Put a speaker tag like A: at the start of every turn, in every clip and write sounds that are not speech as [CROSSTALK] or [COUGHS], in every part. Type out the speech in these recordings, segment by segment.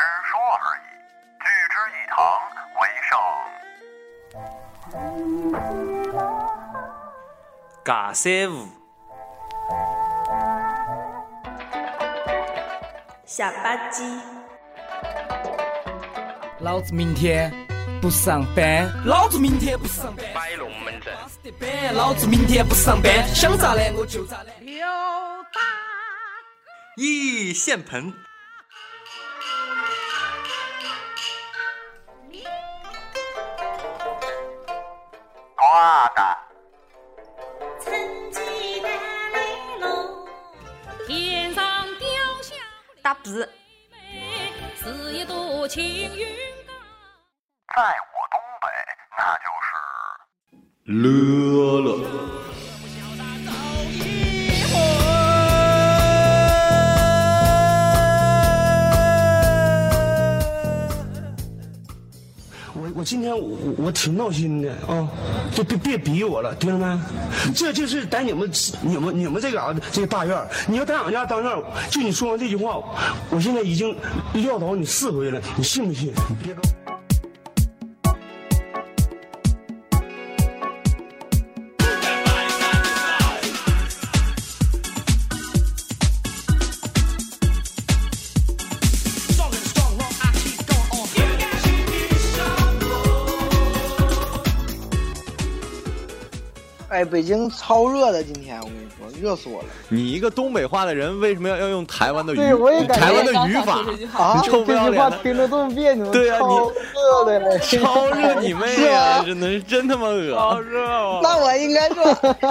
A: 而已。聚之以堂，为上。
B: 尬三胡，
C: 下吧唧，
D: 老子明天不上班，老子明天不上班，
E: 摆龙门阵。
D: 得板，老子明天不上班，想咋懒我就咋懒。
B: 一线盆，
A: 瓜的。
F: 天上掉下
C: 打比，
F: 来，是一朵青云高。
A: 在我东北，那就是
G: 我我今天我我我挺闹心的啊、就别别逼我了，听着没？这就是在你们你们你们这嘎、达这个大院儿你要在俺家当院儿就你说完这句话，我现在已经撂倒你四回了，你信不信？别跟我
H: 哎，北京超热的，今天我跟你说，热死我了。
I: 你一个东北话的人，为什么要要用台湾的语
H: 对我也感觉
I: 台湾的语法？
H: 啊，
I: 臭不
H: 这
I: 要
H: 句
I: 脸
H: 话
I: 的
H: 听着这么别扭，
I: 对啊
H: 超热的嘞。
I: [LAUGHS] 超
H: [LAUGHS]
I: 热你妹
H: 是
I: 呀、
H: 啊
I: 真的是真他妈恶！啊
B: 热哦
H: 那我应该热，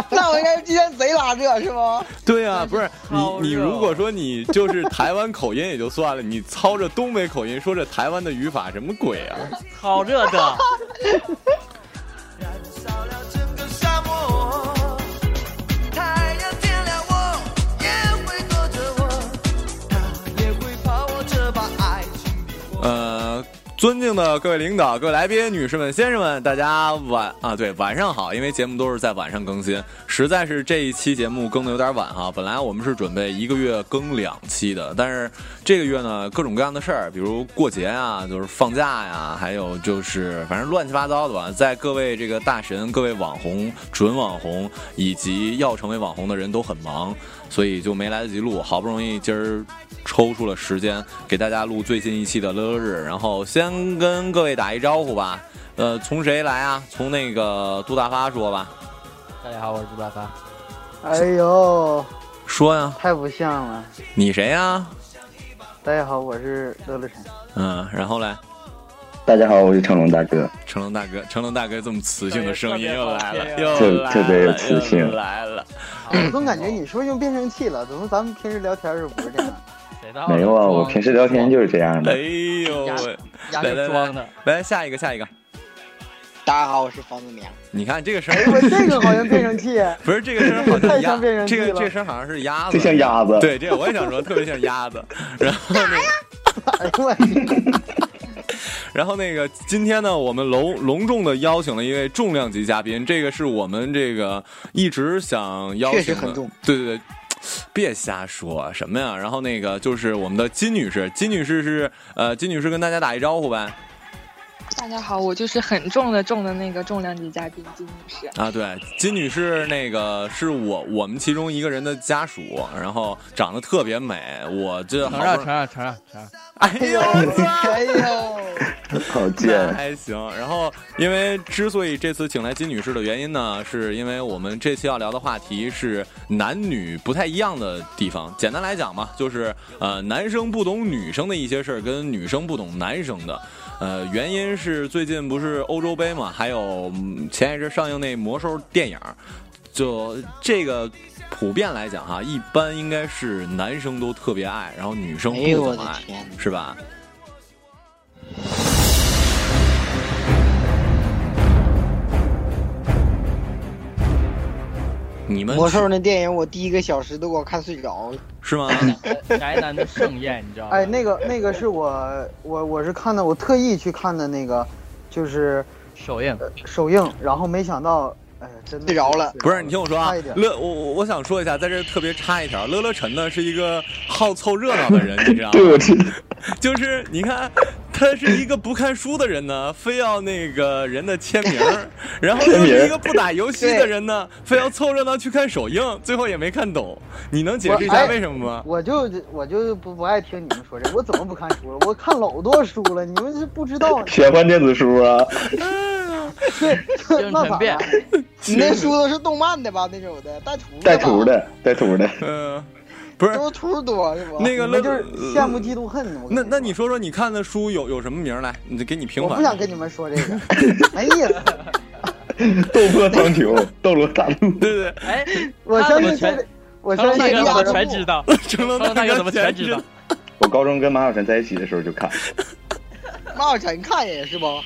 H: 那我应该今天贼拉热是吗？
I: 对啊，不是你
B: 超热
I: 你如
H: 啊
I: 果说你就是台湾口音也就算了，你操着东北口音说着台湾的语法，什么鬼啊？
B: 好热的，
I: 呃，尊敬的各位领导、各位来宾、女士们、先生们，大家晚啊，对，晚上好，因为节目都是在晚上更新，实在是这一期节目更的有点晚哈。本来我们是准备一个月更两期的，但是这个月呢，各种各样的事儿，比如过节啊，就是放假呀、还有就是反正乱七八糟的吧，在各位这个大神、各位网红、准网红以及要成为网红的人都很忙，所以就没来得及录。好不容易今儿抽出了时间给大家录最新一期的乐乐日，然后先跟各位打一招呼吧。呃，从谁来啊？从那个杜大发说吧，
H: 哎呦，
J: 哦
I: 说呀，
H: 太不像了。
I: 你谁呀、
H: 大家好，我是乐乐晨。
I: 嗯，然后来，
K: 大家好，我是成龙大哥。
I: 成龙大哥，成龙大哥这么磁性的声音
B: 哎呀
I: 又来了，
B: 特别
I: 又
B: 好
I: 来了，
K: 特特别有磁性
I: 又来了。
H: 我总感觉你是不是用变声器了？怎么咱们平时聊天时候不是这样？
K: 没有啊，我平时聊天就是这样
I: 哎
K: 的。
I: 呦喂，
H: 压
I: 来来来，来下一个，下一个，
H: 大家好，我是房子明。
I: 你看这个声
H: 哎
I: 儿，
H: 我这个好像变声器。
J: 啊
I: 不是这个声儿好像
H: 太
I: 鸭，
H: 像变声
I: 这
H: 器
I: 个
H: 了
I: 这个声儿好像是鸭子，
K: 就像鸭子
I: 对，这个我也想说，特别像鸭子。然后那个
H: 哎呦我去，
I: 然后那个今天呢，我们隆隆重的邀请了一位重量级嘉宾，这个是我们这个一直想邀请的，
H: 确实很重
I: 对对对。别瞎说什么呀！然后那个就是我们的金女士，金女士是呃，金女士跟大家打一招呼呗。
J: 大家好，我就是很重的重的那个重量级嘉宾金女士。
I: 啊，对，金女士那个是我我们其中一个人的家属，然后长得特别美，我这好不容易
D: 让承让承让，
I: 哎呦我操！
H: 哎呦，
K: 好
I: 那
K: 贱，
I: [LAUGHS] 还行。然后，因为之所以这次请来金女士的原因呢，是因为我们这期要聊的话题是男女不太一样的地方。简单来讲嘛，就是呃，男生不懂女生的一些事儿，跟女生不懂男生的。呃，原因是最近不是欧洲杯嘛，还有嗯前一阵上映那魔兽电影儿，就这个。普遍来讲哈，一般应该是男生都特别爱，然后女生
H: 哎呦
I: 不
H: 我
I: 怎么
H: 的
I: 爱
H: 天，
I: 是吧？你们
H: 魔兽那电影我第一个小时都给我看睡着了。[LAUGHS]
I: 是吗？
D: 宅男的盛宴，你知道
J: 哎，那个那个是我我我是看的，我特意去看的那个，就是呃
D: 首映
J: 首映，然后没想到，哎呀，真的
H: 睡着了
I: 不是，你听我说啊
J: 差一，点
I: 乐，我我我想说一下，在这儿特别插一条，乐乐晨呢是一个好凑热闹的人，你知道吗？
K: 对，我知道。。
I: 就是你看他是一个不看书的人呢，非要那个人的签名 [LAUGHS] 儿；然后又是一个不打游戏的人呢，非要凑热闹去看首映，最后也没看懂。你能解释一下为什么吗？
H: 我就我就不不爱听你们说这，我怎么不看书了？我看老多书了，你们是不知
D: [LAUGHS]
H: 道
K: 喜欢电子书啊，
H: 对，那咋
D: 陈变
H: 办？你那书都是动漫的吧？那种的带图的吧
K: 带图，的，带图的。
I: 嗯、不是
H: 都是图多是吧？
I: 那个
H: 你们就
I: 乐
H: 是羡慕嫉妒恨。我跟
I: 那
H: 说
I: 那你说说你看的书有有什么名儿来？你就给你平
H: 我
I: 反。
H: 不想跟你们说这
I: [LAUGHS]
H: 个，没意思。
K: 斗破苍穹，斗罗大陆，
I: 对对， [LAUGHS]
D: 哎，
H: 我
D: 他
H: 相
D: 怎么
H: 信
D: 全
H: 这个，我
D: 成
H: 相
D: 龙大
H: 信
D: 哥
H: 这个
D: 怎么
H: 亚
D: 全
H: 洲
D: 知
H: 部
D: 道？
I: 成龙
D: 成龙大哥怎么全知道？
K: 我高中跟马小晨在一起的时候就看，
H: 马小晨看人是不？
I: [LAUGHS]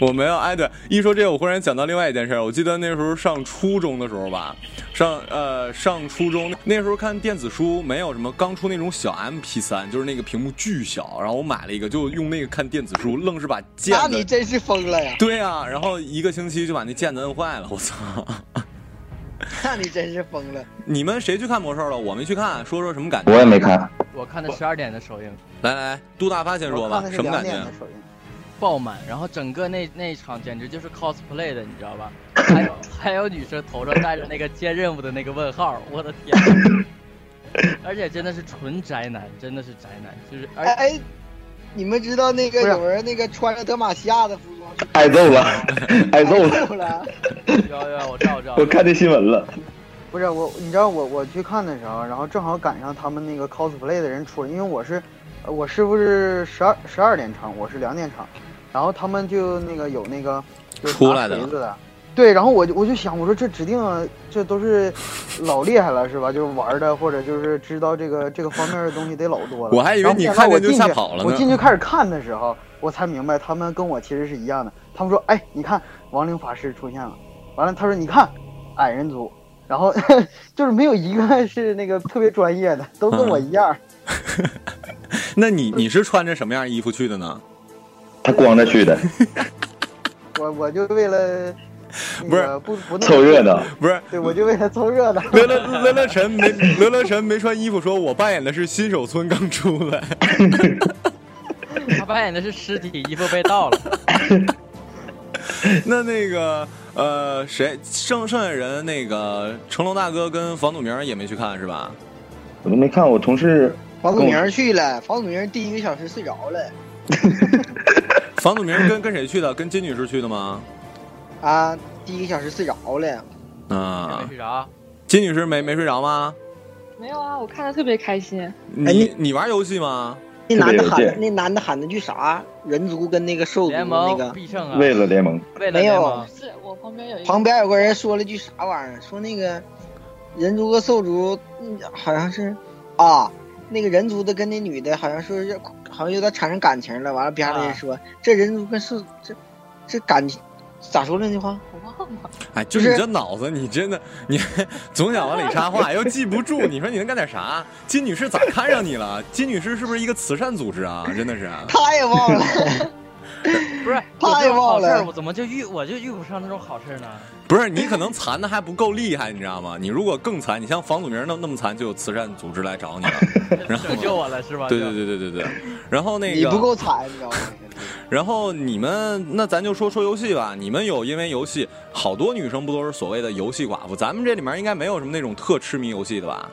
I: 我们要哎，对，一说这个，我忽然想到另外一件事儿。我记得那时候上初中的时候吧，上呃上初中那时候看电子书，没有什么刚出那种小 MP 三，就是那个屏幕巨小，然后我买了一个，就用那个看电子书，愣是把键
H: 那你
I: 子。
H: 真是疯了呀！
I: 对啊，然后一个星期就把那键子摁坏了，我操！ [LAUGHS]
H: 那你真是疯了。
I: 你们谁去看魔兽了？我没去看，说说什么感觉？
K: 我也没看。
J: 啊
D: 我看的十二点的首映，
I: 来来来，杜大发先说
H: 我
I: 吧
H: 看的，是
I: 什么
H: 两
I: 感觉啊
H: 点？的首映，
D: 爆满，然后整个那那一场简直就是 cosplay 的，你知道吧？还有还有女生头上戴着那个接任务的那个问号，我的天呐！而且真的是纯宅男，真的是宅男，就是而
H: 哎哎，你们知道那个不是有人那个穿着德玛西亚的服装去
K: 挨揍了，挨揍
H: [LAUGHS] 挨
K: 了，
H: 揍了？
D: 有有有我知道我知道，
K: 我看这新闻了。
H: 不是我，你知道我我去看的时候，然后正好赶上他们那个 cosplay 的人出来，因为我是，呃我是不是十二十二点场，我是两点场，然后他们就那个有那个就是
I: 出
H: 拿
I: 来的
H: 锤子的，对，然后我就我就想，我说这指定啊这都是老厉害了是吧？就是玩的或者就是知道这个这个方面的东西得老多了。
I: 我还以为
H: 然后
I: 你
H: 后
I: 看
H: 来我
I: 见就
H: 进去
I: 吓跑了呢
H: 我进去开始看的时候，我才明白他们跟我其实是一样的。他们说，哎，你看亡灵法师出现了，完了他说你看矮人族，然后 [LAUGHS] 就是没有一个是那个特别专业的，都跟我一样。
I: 那你你是穿着什么样衣服去的呢？
K: 他光着去的，
H: 我我就为了
I: 不
H: 那
I: 是
H: 个不不那个
K: 凑热闹，
I: 不是，
H: 对我就为了凑热闹。
I: 乐乐乐乐晨没乐乐晨没穿衣服，说我扮演的是新手村刚出来， [LAUGHS]
D: 他扮演的是尸体，衣服被盗了。
I: 那那个呃谁剩剩下人那个成龙大哥跟房祖名也没去看是吧？
K: 我都没看。我同事
H: [LAUGHS] 房
K: 祖名
H: 去了，房祖名第一个小时睡着了
I: 房祖名跟跟谁去的？跟金女士去的吗？
H: 啊，第一个小时睡着了。
D: 没
I: 啊，
D: 睡着，
I: 金女士没没睡着吗？
F: 没有啊，我看的特别开心。
H: 哎
I: 你
H: 你
I: 你玩游戏吗？
H: 那
K: 特
H: 男
K: 别有
H: 的喊
K: 劲
H: 那男的喊那句啥？人族跟那个兽族
D: 联
H: 那
D: 盟
H: 个，
D: 必胜啊！
K: 为了联盟，
D: 为了
H: 没
D: 联
H: 有
D: 盟，
F: 是我旁边有一个
H: 旁边有个人说了句啥玩意儿？说那个人族和兽族，嗯，好像是啊，那个人族的跟那女的好像说是好像有点产生感情了。完了，边
D: 啊
H: 上的人说、这人族跟兽这这感情咋说了那句话？
F: 我忘了，
I: 哎，就是你这脑子，你真的你 [LAUGHS] 总想往里插话，又记不住。你说你能干点啥？金女士咋看上你了？金女士是不是一个慈善组织啊？真的是啊。
H: 他也忘了。
D: 不是
H: 太
D: 有这种好
H: 忘了
D: 事儿我怎么就遇我就遇不上那种好事儿
I: [LAUGHS]
D: 呢？
I: 不是你可能残的还不够厉害，你知道吗？你如果更残，你像房祖名那么那么残，就有慈善组织来找你 [LAUGHS] 了。然后
D: 拯救我了是吧？
I: 对
D: 就
I: 对对对对对。然后那个，
H: 你不够惨，你知
I: [LAUGHS]
H: 道吗？
I: 然后你们那咱就说说游戏吧。你们有因为游戏，好多女生不都是所谓的游戏寡妇？咱们这里面应该没有什么那种特痴迷游戏的 [LAUGHS] 吧？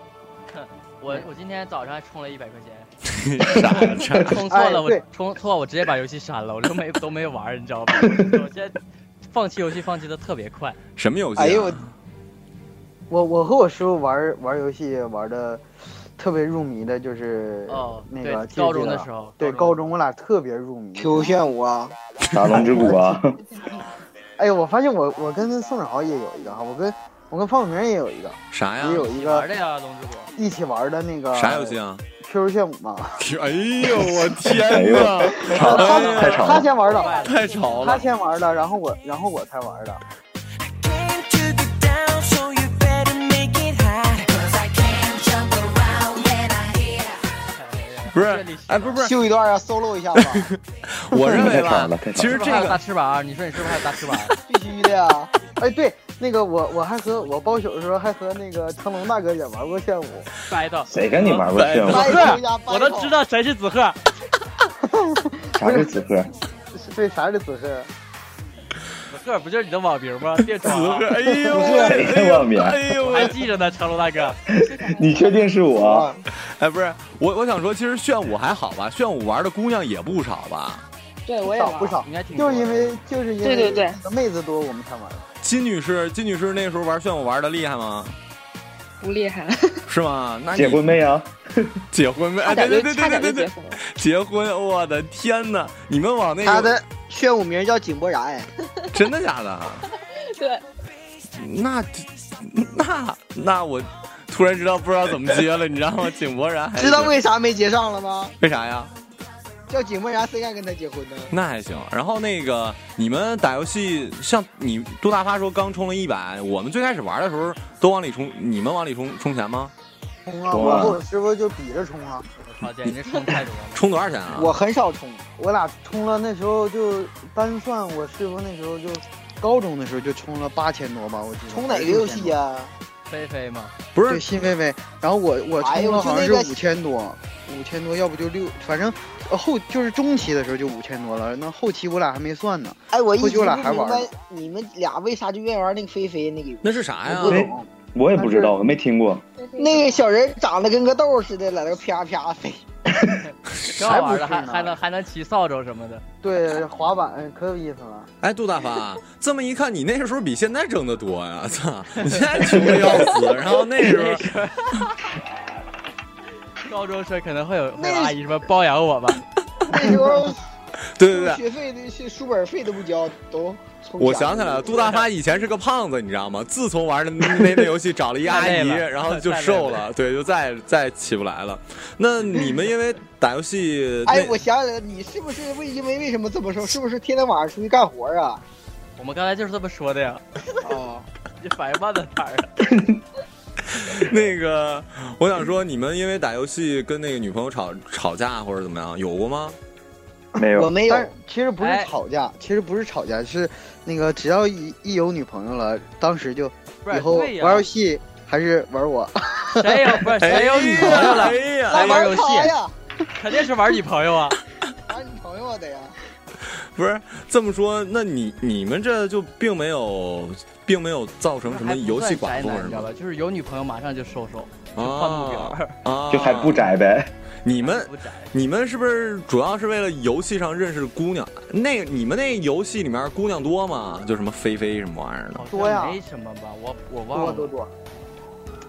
D: 我我今天早上还充了一百块钱，
I: 傻傻。
D: 充错了
H: 哎
D: 我
H: 对
D: 充错了我直接把游戏删了，我都没都没玩儿，你知
H: [LAUGHS]
D: 道吧？我现在放弃游戏放弃的特别快，
I: 什么游戏、啊？
H: 哎呦，我我我和我师傅玩玩游戏玩的特别入迷的，就是
D: 哦
H: 那
D: 对
H: 个记不
D: 高
H: 记
D: 中
H: 得
D: 的
H: 了
D: 时候
H: 对
D: 高中
H: 高中我俩啊特别入迷。哎
L: Q 炫我啊，
K: 打龙之谷啊，
H: 哎呦，我发现我我跟宋小豪也有一个哈，我跟我跟方永明也有一个，
I: 啥呀
H: 也？有一
D: 你
H: 个
D: 玩的呀，龙之谷。
H: 一起玩的那个
I: 啥游戏啊？
H: ？QQ 炫舞嘛，
I: 哎呦，我
K: 哎
I: 天
K: 呦
I: 哪！
K: 吵
I: 哎
K: 了，
I: 呀
K: 太吵
H: 他
K: 了。
H: 先玩的，
I: 太吵
H: 他
I: 了！
H: 先玩的，然后我然后我才玩的。
I: [LAUGHS] 不是，哎，不是不是，
H: 秀一段啊，solo 一下吧，
I: 我认为
K: 太吵
I: 吧
K: 了太，吵
I: 其实
D: 是不是
I: 这
D: 还有
I: 个
D: 大翅膀？啊你说你是不是还有大翅膀？啊
I: [LAUGHS]
H: 必须的 [LAUGHS] 呀。哎，对，那个我我还和我包宿的时候还和那个成龙大哥也玩过炫舞，
D: 掰到
K: 谁跟你玩过炫舞？
H: 掰头一下，
D: 我都知道谁是子赫，
K: 啥是紫鹤？
G: 对，啥是紫
H: 啊
G: 鹤？
D: 紫鹤不就是你的网名吗？别装了。
K: 紫鹤哎呦喂紫鹤哎呦网名哎呦
D: 我还记着呢，长龙大哥。
K: 你确定是
H: 啊
K: 我？
I: 哎，不是，我我想说，其实炫舞还好吧，炫舞玩的姑娘也不少吧。
F: 对，我啊
G: 也少不少，就是因为就是因
F: 对
G: 为
F: 对对，
G: 妹子多，我们才玩。
I: 金女士，金女士那时候玩炫舞玩的厉害吗？
F: 不厉 [LAUGHS] 害。
I: 是吗？那你
K: 结婚没啊？
I: [LAUGHS] 结婚没？哎，
F: 差
I: 对
F: 点
I: 对
F: 就
I: 对
F: 差
I: 对
F: 点
I: 对
F: 就
I: 对
F: 结婚了，
I: 结婚！我的天哪！你们往那
H: 他
I: 个
H: 的炫舞名叫井柏然，
I: 真的假的？
F: [LAUGHS] 对，
I: 那那那我突然知道不知道怎么接了，你知道吗？井柏然还
H: 知道
I: 是
H: 为啥没接上了吗？
I: 为啥呀？
H: 叫井柏然，谁敢跟他结婚呢？
I: 那还行。然后那个你们打游戏，像你杜大发说刚充了一百，我们最开始玩的时候都往里充，你们往里充充钱吗？
G: 冲啊！
I: 冲啊
G: 我和我师傅就比着冲啊！
D: 我操，简直充太多了。
I: 充多少钱啊？
H: 我很少充，
G: 我俩冲了，那时候就单算我师傅那时候就高中的时候就充了八千多吧，我记得。
H: 充哪个游戏
G: 啊？
H: 呀、
D: 菲菲吗？
I: 不
G: 是新飞飞，然后我我
H: 哎
G: 充
H: 呦
G: 了好像
H: 就是那个
G: 五千多，五千多，要不就六，反正呃后就是中期的时候就五千多了，那后期我俩还没算呢。
H: 哎，我一
G: 后
H: 直
G: 期我
H: 不
G: 俩还
H: 明
G: 玩呢
H: 白。你们俩为啥就愿意玩那个菲菲那个游戏？
I: 那是啥呀
H: 我不懂
K: 我也不知道，我没听过。
H: 那个小人长得跟个豆似的，在那啪啪
G: [LAUGHS]
H: 飞。
D: 挺好玩的，还还能还能骑扫帚什么的。
G: 对，滑板可有意思了。
I: 哎，杜大发，这么一看，你那时候比现在挣得多呀！操，你现在穷的要死，然后那时候
D: 高中生可能会有会有阿姨什么包养我吧？
H: 那时
I: 啊
H: 候
I: 对对对，
H: 学费的是书本费都不交，都从
I: 我想起来了，杜大发以前是个胖子，你知道吗？自从玩了那那游戏，找了一阿
D: 太
I: 姨，
D: 累了
I: 然后就瘦了，对，就再再起不来了。那你们因为打游戏，
H: 哎，
I: 那
H: 我想起来了，你是不是为因为为什么这么瘦？是不是天天晚上出去干活啊？
D: [LAUGHS] 我们刚才就是这么说的呀。
H: 哦，
D: 你反应慢在哪儿啊？
I: [LAUGHS] 那个，我想说，你们因为打游戏跟那个女朋友吵吵架或者怎么样，有过吗？
K: 没
G: 我没有，其实不是吵架，其实不是吵架，是那个只要一一有女朋友了，当时就
D: [LAUGHS] 不是
G: 以后
D: 对呀
G: 玩游戏哎还是
D: [LAUGHS]
G: 玩我。
D: 谁有不是谁有女朋友了
I: 哎呀？
D: 还玩游戏
H: 哎呀，
D: 肯定是玩女朋友啊。
H: 玩女朋友啊的呀。
I: 不是这么说，那你你们这就并没有，并没有造成什么
D: 还不
I: 游戏
D: 算
I: 寡
D: 宅
I: 妇
D: 男，
I: 是
D: 你知道
I: 吗？
D: 吧？就是有女朋友马上就收手，就换目标。
I: 啊啊，
K: 就还不宅呗。
I: 你们
D: 不宅
I: 你们是不是主要是为了游戏上认识姑娘？那你们那游戏里面姑娘多吗？就什么菲菲什么玩意儿的？
G: 多呀
D: 没什么吧？我我忘
G: 多
D: 了。
G: 多多。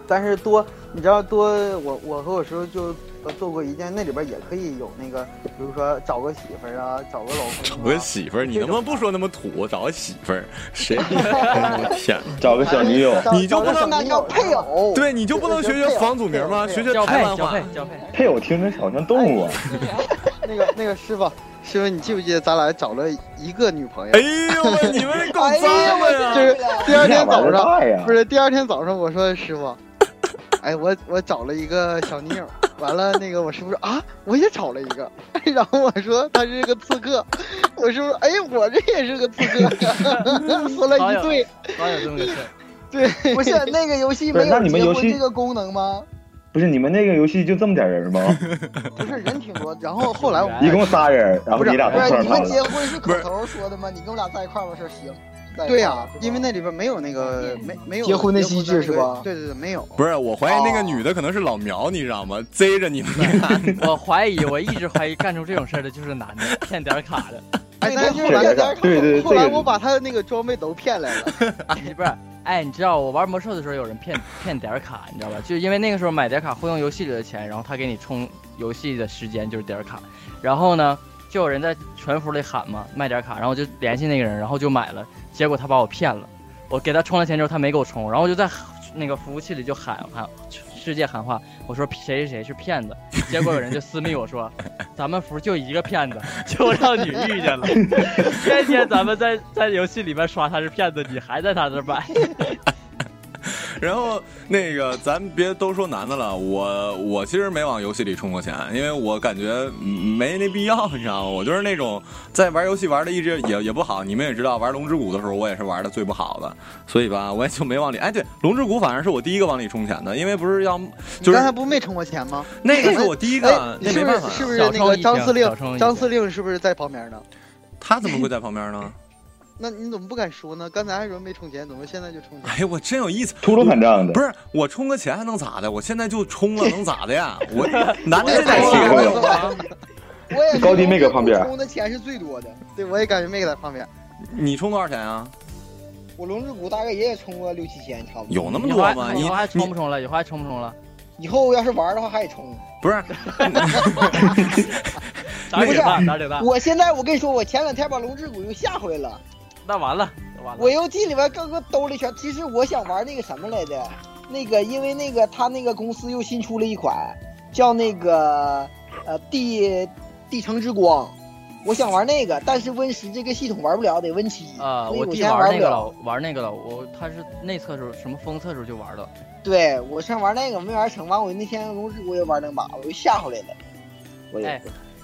G: 但是多，你知道多，我我和我师傅就做过一件，那里边也可以有那个，比如说找个媳妇儿啊，找个老
I: 找
G: 公、
I: 个
G: 啊。
I: 媳妇儿，你能不能不说那么土？找个媳妇儿，
K: [LAUGHS]
I: 谁？我天哪！
K: 找个小女
G: [LAUGHS]
K: 友，
G: 找
I: 你就不能
H: 那叫配
G: 哦
H: [LAUGHS] 偶。
I: 对，你就不能学学房祖名吗？学学台湾话。
D: 交配，
K: 配偶听着好像动物啊。
G: 那个那个师傅，师傅你记不记得咱俩找了一个女朋友？
I: 哎呦喂，你们这够
H: 哎呀
I: 脏的呀！
G: 就是第二天哎早
K: 你俩玩得大
G: 上
K: 呀，
G: 不是第二天早上，我说师傅，哎，我我找了一个小女友，完了那个我师傅说啊，我也找了一个， [LAUGHS] 然后我说他是个刺客，我师傅说哎，我这也是个刺客，说了一哎对，
D: 老有这么个事儿。
G: 对，
H: 不是那个游戏
K: 不是
H: 没有
K: 那你们
H: 结
K: 游
H: 婚
K: 戏
H: 这个功能吗？
K: 不是你们那个游戏就这么点人吗？
G: 不是人挺多，然后后来我们
K: 一共仨人，然后你俩
H: 不
K: 都
H: 是
K: 碰
H: 你
K: 上
H: 们
K: 了
H: 结。婚是口头说的 [LAUGHS] 吗？你跟我俩在一块儿的事儿行。在一块儿
G: 对呀、因为那里边没有那个没没有
H: 结婚的
G: 的
H: 机制
G: 那个
H: 是吧
G: 对对对，没有。
I: 不是，我怀疑
H: 哦
I: 那个女的可能是老苗，你知道吗？贼着你们看。
D: 我怀疑，我一直怀疑干出这种事儿的就是男的，骗点儿卡的。
G: 哎，但是
K: 这
G: 后
K: 个
G: 来
K: 对对对
G: 后来
K: 这个
G: 我把他的那个装备都骗来了。
D: 你不是？哎，你知道我玩魔兽的时候有人骗骗点儿卡，你知道吧？就是因为那个时候买点儿卡会用游戏里的钱，然后他给你充游戏的时间就是点儿卡。然后呢，就有人在全服里喊嘛，卖点儿卡，然后我就联系那个人，然后就买了。结果他把我骗了，我给他充了钱之后他没给我充，然后我就在那个服务器里就喊喊世界喊话，我说谁谁谁是骗子。结果有人就私密我说， [LAUGHS] 咱们服就一个骗子，就让你遇见了。天天咱们在在游戏里面刷他是骗子，你还在他这儿买。
I: [LAUGHS] 然后那个咱别都说男的了，我我其实没往游戏里充过钱，因为我感觉没那必要，你知道吗？我就是那种在玩游戏玩的一直也也不好，你们也知道，玩龙之谷的时候我也是玩的最不好的，所以吧，我也就没往里。哎，对，龙之谷反正是我第一个往里充钱的，因为不是要就
H: 你
I: 是
H: 刚才不没充过钱吗？
I: 那个是我第一个
H: 哎
I: 那
H: 是
I: 没
H: 不
I: 办
H: 是
I: 法呀
H: 是不是
I: 小
H: 那
I: 充一
H: 个
I: 下
H: 张司
I: 小充一
H: 令？
I: 下
H: 张司令是不是在旁边呢？
I: 他怎么会在旁边 [LAUGHS] 呢？
H: 那你怎么不敢说呢？刚才还说没充钱，怎么现在就
I: [LAUGHS]
H: 充钱？
I: 哎呦，我真有意思，
K: 出
H: 了反
K: 账的
I: 不是我充个钱还能咋的？我现在就充 [LAUGHS] 了，能咋的呀？我男的
H: 我也
I: 这 [LAUGHS] 点
H: 充
I: 体
H: 了
I: 会
H: 我
I: 有
H: 也
I: 吗？
D: [LAUGHS]
H: 我也是
I: 高低没搁旁边
H: 我充的钱是最多的，对我也感觉没搁在旁边。
I: 你充多少钱啊？
H: 我龙之谷大概也得充个六七千，差不多。
I: 有那么
D: 以
I: 多
D: 后还
I: 吗？
D: 以
I: 你
D: 后还充不充了？以后还充不
I: [LAUGHS]
D: 充了？
H: 以后要是玩的话还得充。
I: 不是，
D: 胆儿
H: 不
D: 挺
H: 是
D: 大，胆儿挺大。
H: 我现在我跟你说，我前两天把龙之谷又下回了，
D: 那完了，那完了。
H: 我又进里边各个兜了一圈。其实我想玩那个什么来着，那个因为那个他那个公司又新出了一款叫那个呃地地城之光，我想玩那个，但是 Win 十这个系统玩不了，得 Win 七。
D: 啊，
H: 所以
D: 我
H: 我
D: 弟
H: 现在
D: 玩
H: 玩
D: 那
H: 不
D: 个了
H: 了。，
D: 玩那个了。我他是内测时候什么封测时候就玩了。
H: 对我上玩那个没玩成，完我那天龙之谷也玩两把，我又下回来了。我也
D: 哎，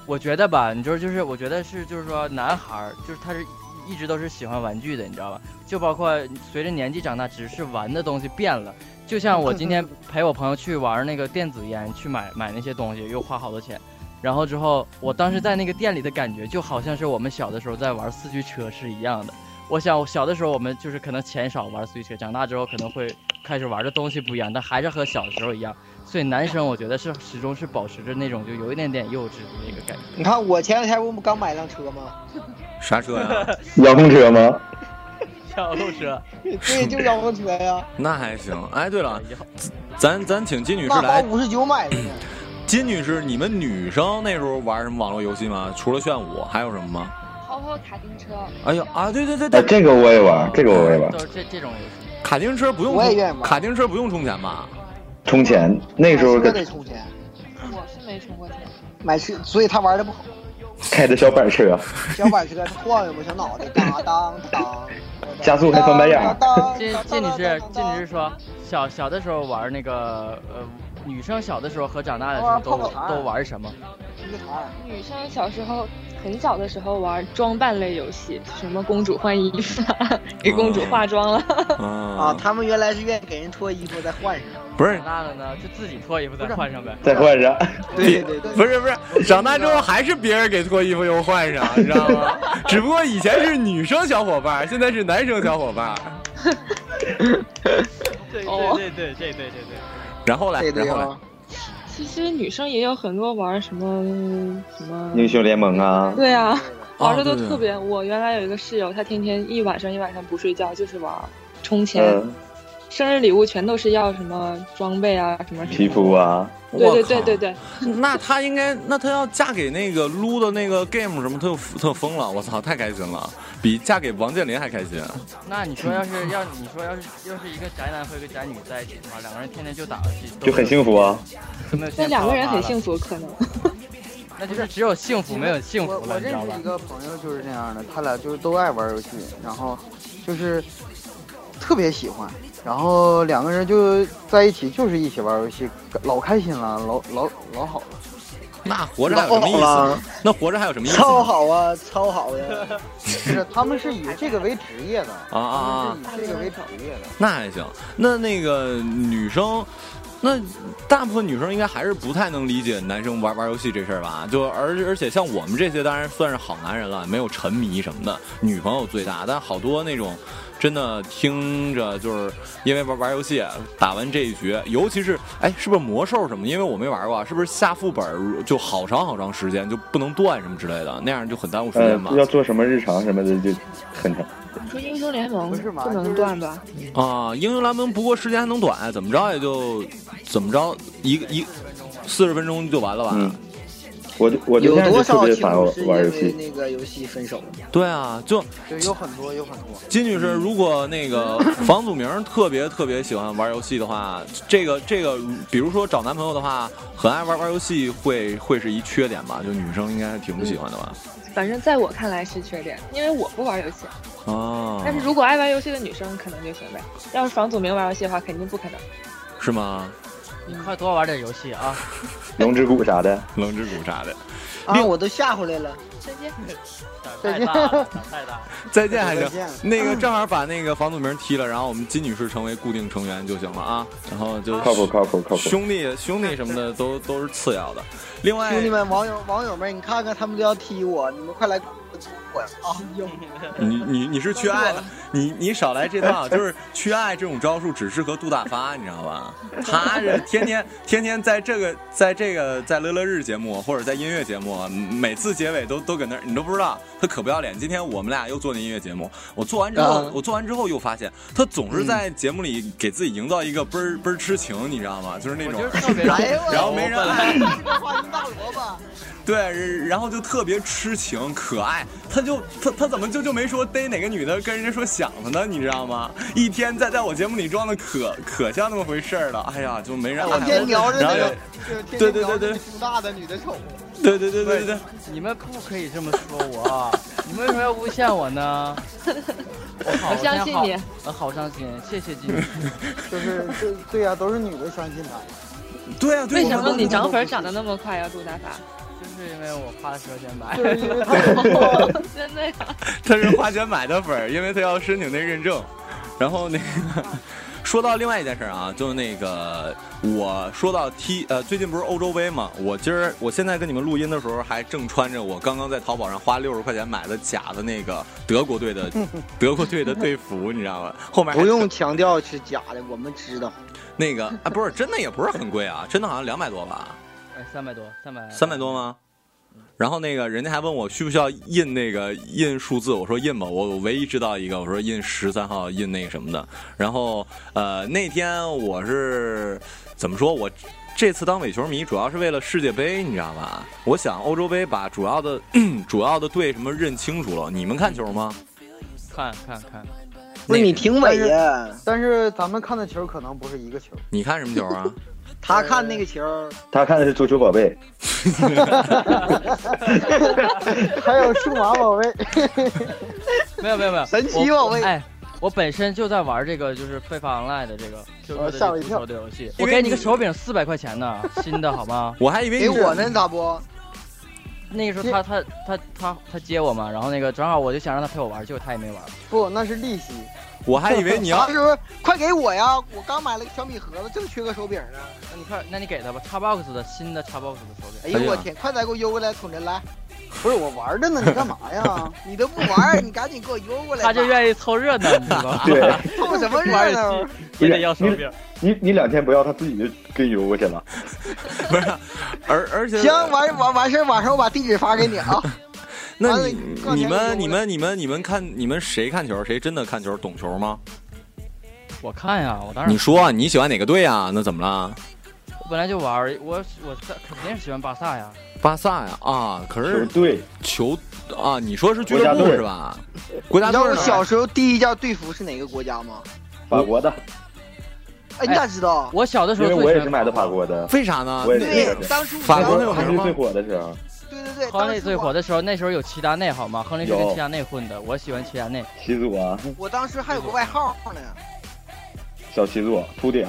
D: 我觉得吧，你知道，就是我觉得是，就是说男孩儿，就是他是一直都是喜欢玩具的，你知道吧？就包括随着年纪长大，只是玩的东西变了。就像我今天陪我朋友去玩那个电子烟，去买买那些东西，又花好多钱。然后之后，我当时在那个店里的感觉，就好像是我们小的时候在玩四驱车是一样的。我想，我小的时候我们就是可能钱少玩四驱车，长大之后可能会开始玩的东西不一样，但还是和小的时候一样。所以男生我觉得是始终是保持着那种就有一点点幼稚的那个感觉。
H: 你看我前两天不刚买辆车
D: [LAUGHS]
H: 吗？
I: 啥车呀？ [LAUGHS]
K: 遥控车吗？
D: 小路车，
H: 对，就是遥控车呀、
I: 那还行。哎，对了，咱咱请金女士
H: 那花
I: 来。
H: 五十九买的呢。
I: 金女士，你们女生那时候玩什么网络游戏吗？除了炫舞，还有什么吗？
F: 跑跑卡丁车，
I: 哎呀啊，对对对
K: 哎，
I: 对，
H: 呃
K: 这个我也玩，这个我也玩
D: 都。是这这种游戏。
I: 卡丁车不用充，
H: 我也愿意玩
I: 卡丁车不用充钱吧？
K: 充钱，那时候
H: 我
K: 可
H: 得充钱
F: 我是没充过钱。
H: 买车，所以他玩的不好。
K: 开的小板车，
H: 小板车他晃悠我小脑袋，嘎当啊当。
K: 加速还翻白眼
H: 啊
K: 儿。
D: 这这你是这你是说小小的时候玩那个呃，女生小的时候和长大的时候都
F: 玩泡泡糖
D: 都玩什么？
H: 啊
F: 女生小时候很小的时候玩装扮类游戏，什么公主换衣服啊，给公主化妆了。
I: 嗯
H: 啊，他们原来是愿意给人脱衣服再换上。
I: 不是
D: 长大了呢，就自己脱衣服再换上呗。
K: 再换上，
H: 对对对，
I: 不
H: [LAUGHS]
I: 是不是，长大之后还是别人给脱衣服又换上，你知道吗？只不过以前是女生小伙伴，现在是男生小伙伴。
D: 对
F: 哦
D: 对对对对对对
I: 然后来，
F: 对对
I: 然
F: 哦
I: 后来，
F: 其实女生也有很多玩什么什么
K: 英雄联盟啊，
F: 对啊，玩
I: 哦
F: 的
K: 对
F: 都
K: 对
F: 特别。我原来有一个室友，她天天一晚上一晚上不睡觉，就是玩儿充钱，
K: 嗯，
F: 生日礼物全都是要什么装备啊，什么
K: 皮。肤啊，
F: 对对对对对，
I: 那她应该，那她要嫁给那个撸的那个 game 什么，她就她就疯了，我操，太开心了，比嫁给王健林还开心。啊
D: 那你说要是要你说要是要是一个宅男和一个宅女在一起的话，两个人天天就打游戏，
K: 就很幸福啊。
D: 都没有
F: 那
D: 钱
F: 两个人
D: 跑跑
F: 很
D: 了
F: 幸福，可能。
D: 那就是只有幸福没有幸
G: 我
D: 福
G: 我
D: 了，你
G: 认
D: 知道
G: 识
D: 吧
G: 一？个朋友就是那样的，他俩就是都爱玩游戏，然后就是特别喜欢，然后两个人就在一起，就是一起玩游戏，老开心了，老老老好了。
I: 那活着还有什么意
G: 老好了
I: 思？那活着还有什么意思呢？
H: 超好啊，超好呀！
G: 不 [LAUGHS] 是，他们是以这个为职业的，
I: 啊啊啊！
G: 以这个为职业的。
I: 那还行。那那个女生，那大部分女生应该还是不太能理解男生玩玩游戏这事儿吧？就而而且像我们这些，当然算是好男人了，没有沉迷什么的，女朋友最大。但好多那种。真的听着就是因为玩玩游戏打完这一局，尤其是哎，是不是魔兽什么？因为我没玩过啊，是不是下副本儿就好长好长时间就不能断什么之类的？那样就很耽误时
K: 呃
I: 间吧？，
K: 要做什么日常什么的就很长。
F: 你说英雄联盟
G: 不是嘛
F: 不能断吧？
I: 啊，英雄联盟不过时间还能短，怎么着也就怎么着一个一四十分钟就完了吧？
K: 嗯我就我就
H: 有
K: 现在
H: 多
K: 就特
H: 少
K: 别
H: 情
K: 烦
H: 侣是因
K: 玩游
H: 为
K: 戏。
H: 那个游戏分手
I: [LAUGHS]
H: 的？
I: 对啊，就
G: 对，有很多，有很多。
I: 金女士，如果那个房祖名特别特别喜欢玩游戏的话，这个这个，比如说找男朋友的话，很爱玩玩游戏会会是一缺点吧？就女生应该挺不喜欢的吧？
F: 反正在我看来是缺点，因为我不玩游戏。
K: 嗯
I: 哦，
F: 但是如果爱玩游戏的女生可能就行呗，要是房祖名玩游戏的话，肯定不可能。
I: 是吗？
D: 你快多玩点游戏啊！
K: 龙之谷啥的，
I: 龙之谷啥的。
H: 啊，我都吓回来了。
F: 再见。
H: 再
D: 太大了，太大了。
I: 再见还行
H: 再见，
I: 那个正好把那个房祖名踢了，然后我们金女士成为固定成员就行了啊。然后就
K: 靠谱靠谱靠谱
I: 兄弟兄弟什么的都都是次要的。另外
H: 兄弟们、网友、网友们，你看看他们都要踢我，你们快来踢我呀！ [LAUGHS] 啊，
I: 你你你是缺爱的，你你少来这
H: [LAUGHS]
I: 套，就是缺爱这种招数只适合杜大发，你知道吧？他是天天天天在这个在这个在乐乐日节目或者在音乐节目，每次结尾都都搁那儿，你都不知道他可不要脸。今天我们俩又做那音乐节目，我做完之后
B: 啊，
I: 我做完之后又发现他总是在
H: 嗯
I: 节目里给自己营造一个倍儿倍儿痴情，你知道吗？就是那种， [LAUGHS]
H: 哎
I: 然后没人爱。
H: 大萝卜。
I: 对，然后就特别痴情可爱，他就他他怎么就就没说逮哪个女的跟人家说想他呢？你知道吗？一天在在我节目里装的可可像那么回事儿了，哎呀，就没人爱
G: 我天聊着
I: 然后
G: 那
I: 又
G: 个，
D: 就是天天
I: 对对
D: 聊着
I: 对对
D: 那，
G: 胸大的女的丑。
I: 对对对对对，
D: [LAUGHS] 你们不可以这么说我啊，你们为什么要诬陷我呢？我
G: [LAUGHS]
D: 好
F: 我相信你
D: 我现在好我好伤心，谢谢 [LAUGHS] 金女士。
G: 就是对对呀、都是女的相信他。
I: 对啊，
F: 为什么你涨粉涨得那么快呀，杜大发？
D: 就是因为我花了蛇钱买，
F: 就是因为
G: [LAUGHS]
I: [LAUGHS]
F: 他真的呀？
I: 他是花钱买的粉儿，因为他要申请那认证。然后那个，说到另外一件事儿啊，就是那个我说到踢呃，最近不是欧洲杯嘛，我今儿我现在跟你们录音的时候，还正穿着我刚刚在淘宝上花六十块钱买的假的那个德国
H: [LAUGHS]
I: 队的德国队的队服，你知道吗？后面还
H: 不用强调是假的，我们知道。
I: 那个啊，不是真的也不是很贵啊，真的好像两百多吧，
D: [LAUGHS] 哎，三百多，三百，
I: 三百多吗？然后那个人家还问我需不需要印那个印数字，我说印吧，我我唯一知道一个，我说印十三号印那个什么的。然后呃那天我是怎么说我。这次当伪球迷主要是为了世界杯，你知道吧？我想欧洲杯把主要的 [CLEARS THROAT] 主要的队什么认清楚了。你们看球吗？
D: 看看看，
H: 不是你评委呀？
G: 但是咱们看的球可能不是一个球。
I: 你看什么球啊？
H: 他看那个球，
K: 他看的是足球宝贝，
G: 还有数码宝
I: [LAUGHS]
G: 贝，
D: 没有没有没有，
G: 神奇宝贝
D: 我哎，我本身就在玩这个，就是非法 online 的这个，就是
G: 哦
D: 这
G: 吓
D: 个
G: 我一
D: 足
G: 跳
D: 球的游戏。
G: 因
D: 我
G: 为
D: 给你个
G: 你
D: 手柄四百块钱呢，新的好吗？
I: 我还以
G: 给我呢，咋不？
D: 那个时候他他他他他接我嘛，然后那个正好我就想让他陪我玩，结果他也没玩。
G: 不，那是利息。[LAUGHS]
I: 我
G: 他是不是快给我呀？我刚买了个小米盒子，正缺个手柄呢。
D: 那你快，那你给他吧，Xbox 的新的 Xbox 的手柄。
G: 哎呦我天，快点给我邮过来，捅人来！不是我玩着呢，你干嘛呀？你都不玩，你赶紧给我邮过来
D: [LAUGHS]
G: 吧。
D: 他就愿意凑热闹，你知道吗？
K: [LAUGHS]
D: [LAUGHS]
K: 对，
G: 凑什么热闹？
K: 不是你你你两天不要，他自己就给你邮过去了。
I: 而而且
G: 行，完完完事儿，晚上我把地址发给你啊。
I: 那
G: 完了
I: 你
G: 过
I: 你
G: 年
I: 们
G: 就
I: 你们你们你们看你们谁看球？谁真的看球懂球吗？
D: 我看呀，我当然
I: 你说啊你喜欢哪个队啊？那怎么了？
D: 我本来就玩儿，我我肯定是喜欢巴萨呀。
I: 巴萨呀啊，可是
K: 球队
I: 球啊，你说是俱乐
K: 国
I: 部
K: 家队
I: 是吧？国家
G: 你
I: 队
G: 知道我
I: 呢
G: 小时候第一件队服是哪个国家吗？
K: 法国的，
G: 哎，你咋知道？
D: 我小的
K: 啊因为我也是买的法国的。
I: 为啥呢
K: 我也是
G: 对
K: 买的
G: 当初
D: 法国那有
K: 还
D: 名
K: 是
D: 吗
K: 最火的时候，
G: 对对对，
D: 亨
G: 当
D: 利最
G: 时
D: 火的时候，那时候有齐达内好吗？亨利是跟
K: 有
D: 齐达内混的，我喜欢齐达内。
K: 齐祖啊，
G: 我当时还有个外号呢，
K: 小齐祖，秃顶，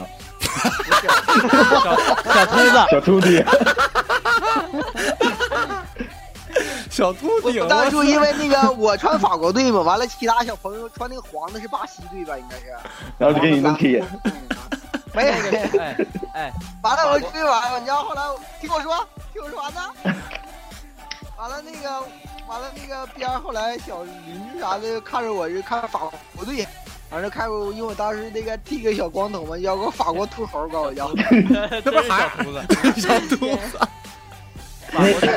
D: 小秃子，
K: [LAUGHS] 小秃顶，
I: 小秃啊
G: 我当初因为那个我穿法国队嘛，完了其他小朋友穿那个黄的是巴西队吧，应该是。
K: 然后就给你弄铁。
G: 嗯没有，
D: 哎哎，
G: 完了我追完了，你知道后来我听我说，听我说完呢，完了那个，完了那个边儿后来小邻居啥的看着我就看法国队，完了看着我，因为我当时那个剃个小光头嘛，要个法国秃头管我 [LAUGHS] 要，
D: 这不小秃 [LAUGHS] 子，
I: 小秃子。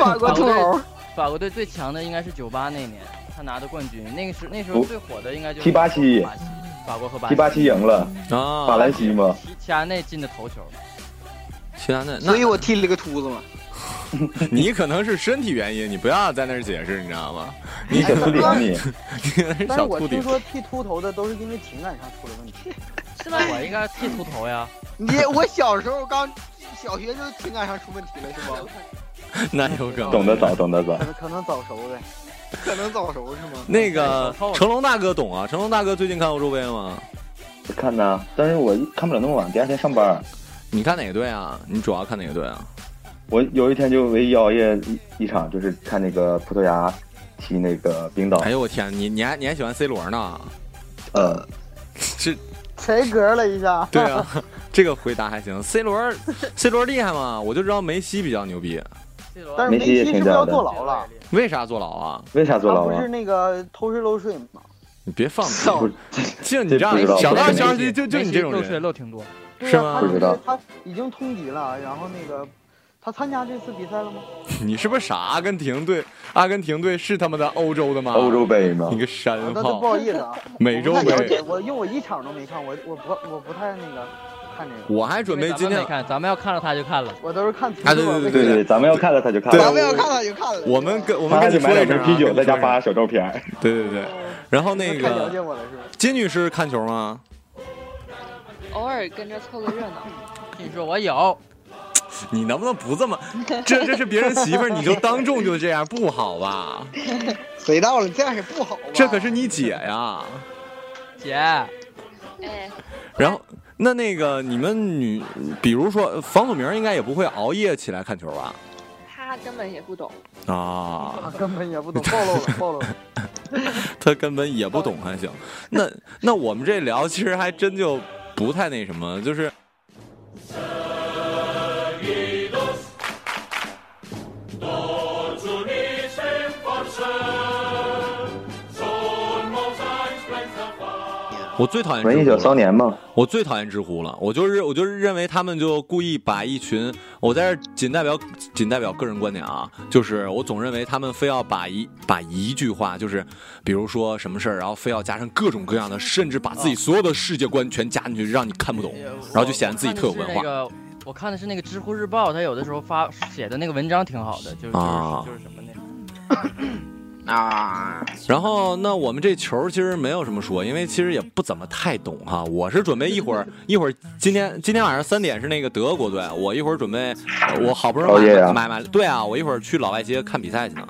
G: 法国
K: [LAUGHS]
G: 秃头，
D: 法国队最强的应该是九八那年，他拿的冠军。那个时那时候
K: 不
D: 最火的应该就是
K: 哦踢巴西，
D: 法国和巴西。
K: 踢巴西赢了，[LAUGHS]
I: 啊
K: 法兰西嘛，
D: 齐达内进的头球。
I: 齐达内，
G: 所以我剃了个秃子嘛。
I: 你可能是身体原因，你不要在那儿解释，你知
G: [LAUGHS]
I: 道吗？
K: 你哎小秃顶你，
I: 你
G: 但是
I: 小
G: 我
I: 秃
G: 听
I: 顶。 [LAUGHS]
G: 说剃秃头的都是因为情感上出了问题。
D: 是吗？我应该剃秃头呀。
G: 你我小时候刚小学就情感上出问题了，是吧？
I: 那有可
K: [LAUGHS]
I: 能
K: 懂得早，懂得早
G: 可。能可能早熟呗，可能早熟是吗？
I: 那个成龙大哥懂啊，成龙大哥最近看欧洲杯吗？
K: 看呐，但是我看不了那么晚，第二天上班。
I: 你看哪个队啊？你主要看哪个队啊？
K: 我有一天就唯一熬夜一一场，就是看那个葡萄牙踢那个冰岛。
I: 哎呦我天，你你还你还喜欢 C 罗呢？
K: 呃，
I: [LAUGHS] 是，
G: 谁格了一下？
I: 对啊， [LAUGHS] 这个回答还行。C 罗，C 罗厉害吗？我就知道梅西比较牛逼，
G: 但是
K: 梅
G: 梅
K: 西也
G: 西是
K: 挺
G: 不是要
K: 屌的
G: 坐牢了？
I: 为啥坐牢啊？
K: 为啥坐
G: 他
K: 牢
G: 不
K: 啊
G: 是？那个偷税漏税吗？
I: 你别
K: [LAUGHS]
I: 放屁
G: 操，
I: 就你这样
K: 这不知道
I: 小道消
K: 梅
I: 息，
K: 西
I: 就就你这种人，
D: 漏挺多。
G: 对
I: 是
G: 啊
I: 吗
G: 他就
K: 不知道
G: 他已经通缉了，然后那个他参加这次比赛了吗？
I: 你是不是傻？阿根廷队，阿根廷队是他妈的欧洲的吗？
K: 欧洲杯吗
I: 你个山
G: 啊那就不
I: 炮
G: 好！意思啊，
I: [LAUGHS] 美洲
G: 我不太了
I: 杯
G: 解，我因为我一场都没看，我我不我不太那个看这个，
I: 我还准备今
D: 咱们
I: 天
D: 没，看，咱们要看了他就看了。
G: 我都是看评
I: 啊对
G: 论。
I: 对
K: 对对，咱们要看了他就看
I: 对
K: 了，
G: 要看了就看了，
I: 我们跟我们
K: 他
I: 跟
K: 就
I: 你
K: 买
I: 说
K: 两
I: 一
K: 瓶
I: 声啊
K: 啤酒，在家发
I: 跟你说一声
K: 小照片。
I: 对对对，
F: 嗯
I: 然后那
G: 太了解
I: 个
G: 我了是吧？
I: 金女士看球吗？
F: 偶尔跟着凑个热闹。
D: 你说我有，
I: 你能不能不这么？这这是别人媳妇儿，你就当众就这样，不
F: [LAUGHS]
I: 好吧？
G: 谁到了这样也不好吧？
I: 这可是你姐呀。
D: 姐，
F: 哎，
I: 然后那那个你们女，比如说房祖名应该也不会熬夜起来看球吧？
F: 他根本也不懂，
I: 啊，
G: 根本也不懂，暴露了，暴露了。
I: 他根本也不懂
F: [LAUGHS]
I: 还行。那那我们这聊其实还真就不太那什么，就是。我最讨厌
K: 文艺
I: 知
K: 小
I: 乎了
K: 少 [LAUGHS] 年嘛，
I: 我最讨厌知乎了，我就是我就是认为他们就故意把一群，我在这儿仅代表仅代表个人观点啊，就是我总认为他们非要把一把一句话，就是比如说什么事儿，然后非要加上各种各样的，甚至把自己所有的世界观全加进去，让你看不懂，然后就显得自己特有文
D: 我看的是那。
I: 化
D: 个我看的是那个知乎日报，他有的时候发写的那个文章挺好的，就是
I: 啊
D: 就是就是什么那个。
H: 啊，
I: 然后，那我们这球其实没有什么说，因为其实也不怎么太懂哈。我是准备一会儿，一会儿今天今天晚上三点是那个德国队，我一会儿准备，我好不容
K: 熬
I: 易
K: 夜
I: 买
K: 啊
I: 买买，对啊，我一会儿去老外街看比赛去呢。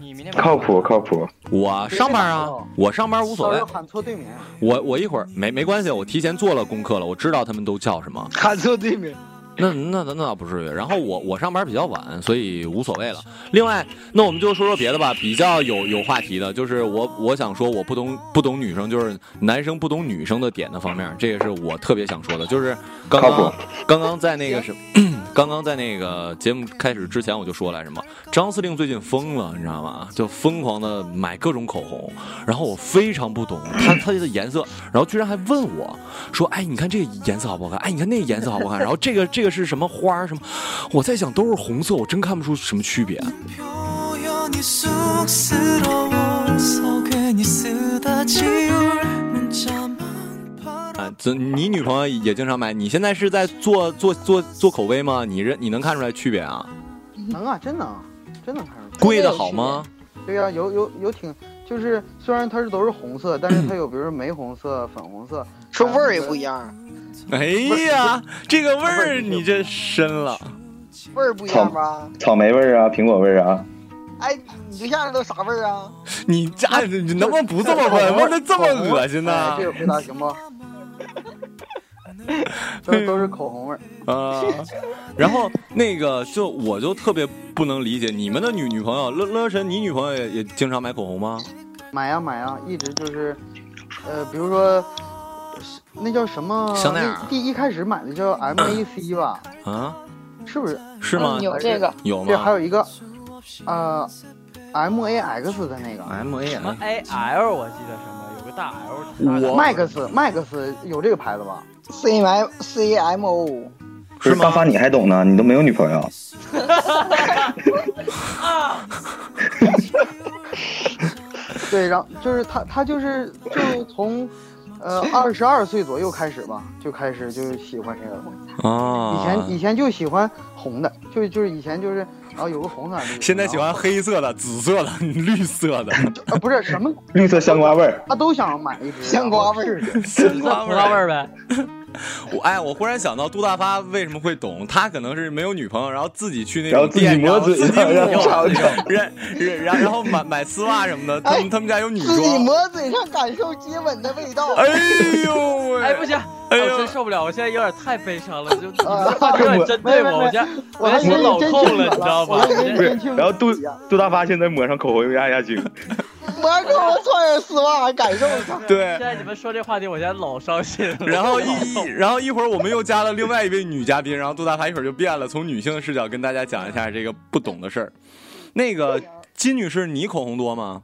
D: 你明天晚上
K: 靠谱靠谱。
I: 我上班啊，我上班无所
G: 到时
I: 谓
G: 候。喊错队名，
I: 我我一会儿没没关系，我提前做了功课了，我知道他们都叫什么。
G: 喊错队名。
I: 那那那那倒不至于。然后我我上班比较晚，所以无所谓了。另外，那我们就说说别的吧，比较有有话题的，就是我我想说我不懂不懂女生，就是男生不懂女生的点的方面，这个是我特别想说的，就是刚
K: 靠
I: 刚
K: 谱
I: 刚刚在那个什刚刚在那个节目开始之前我就说来什么，张司令最近疯了，你知道吗？就疯狂的买各种口红，然后我非常不懂他他的颜色，然后居然还问我说：“哎，你看这个颜色好不好看？哎，你看那个颜色好不好看？然后这个这个是什么花儿什么？”我在想都是红色，我真看不出什么区别。
C: 표현이 쑥스러워서 괜히 쓰다 지울 문자만 바라
I: 啊，这你女朋友也经常买，你现在是在做做做做口碑吗？你认你能看出来区别啊？
G: 能啊，真能啊，真能看出来。
I: 贵的好吗？
G: 对呀、有有有挺，就是虽然它是都是红色，但是它有比如说玫红色、粉红色，啊
H: 说味儿也不一样，
I: 哎呀，这个味儿你这深了。
H: 味儿不一样吧？
K: 草莓味儿啊，苹果味儿啊，
H: 哎，你对象都啥味儿啊？
I: 你这你能不能不这么问？问的这么恶心呢、
G: 哎这个回答行
I: [LAUGHS]
G: 不？都都是口红味儿，
I: 啊，然后那个就我就特别不能理解你们的女女朋友乐乐神，你女朋友也也经常买口红吗？
G: 买呀买呀，一直就是，呃，比如说，是那叫什么？
I: 香奈儿
G: 那第一开始买的叫
I: [COUGHS]
G: MAC 吧，
I: 啊，
G: 是不是？
I: 是吗
F: 嗯？有这个
I: 有
G: 对，还
I: 吗
G: 有一个，呃，MAX 的那个
I: ？M A
D: 什么
I: N
D: A L 我记得什么，有个大 L 其他的。
I: 我
G: Max Max 有这个牌子吧？
H: C M C M O，
K: 不是
I: 吗
K: 大发你还懂呢，你都没有女朋友，
G: 对，然后就是他，他就是就从，呃，二十二岁左右开始吧，就开始就喜欢这个了。
I: 啊，
G: 以前以前就喜欢红的，就就是以前就是然后有个红色的，
I: 现在喜欢黑色的、紫色的、绿色的，
G: 啊不是什么，
K: 绿色香瓜味儿。
G: 他都想买一只
H: 香瓜味
G: 儿，
I: 香瓜味
D: 儿呗。
I: [LAUGHS] 我哎，我忽然想到杜大发为什么会懂，他可能是没有女朋友，然后自己去那
K: 然后
I: 种
K: 自己
I: 店，然
K: 磨
I: 后
K: 嘴
I: 自己
K: 然后哎
I: 抹
K: 尝
I: 然然然然后买买丝袜什么的，他们他们家有女
H: 自己
I: 装。
H: 抹嘴上感受接吻的味道。
I: 哎呦
D: [LAUGHS]
I: 喂！
D: 哎，不行，
I: 哎
D: 我
I: 呦
D: 真受不了，我现在有点太悲伤了，就
G: 啊
D: 有点针对我，我现在我现在脑痛了，你知道吗？
K: 不是，然后杜杜大发现在抹上口红压压惊，
H: 抹口红穿上丝袜还感受一下。
I: 对
D: 现在你们说这话题，我现在老伤心了。
I: 然后一一然后一会儿我们又加了另外一位女嘉宾，然后杜大发一会儿就变了，从女性的视角跟大家讲一下这个不懂的事儿。那个金女士，你口红多吗？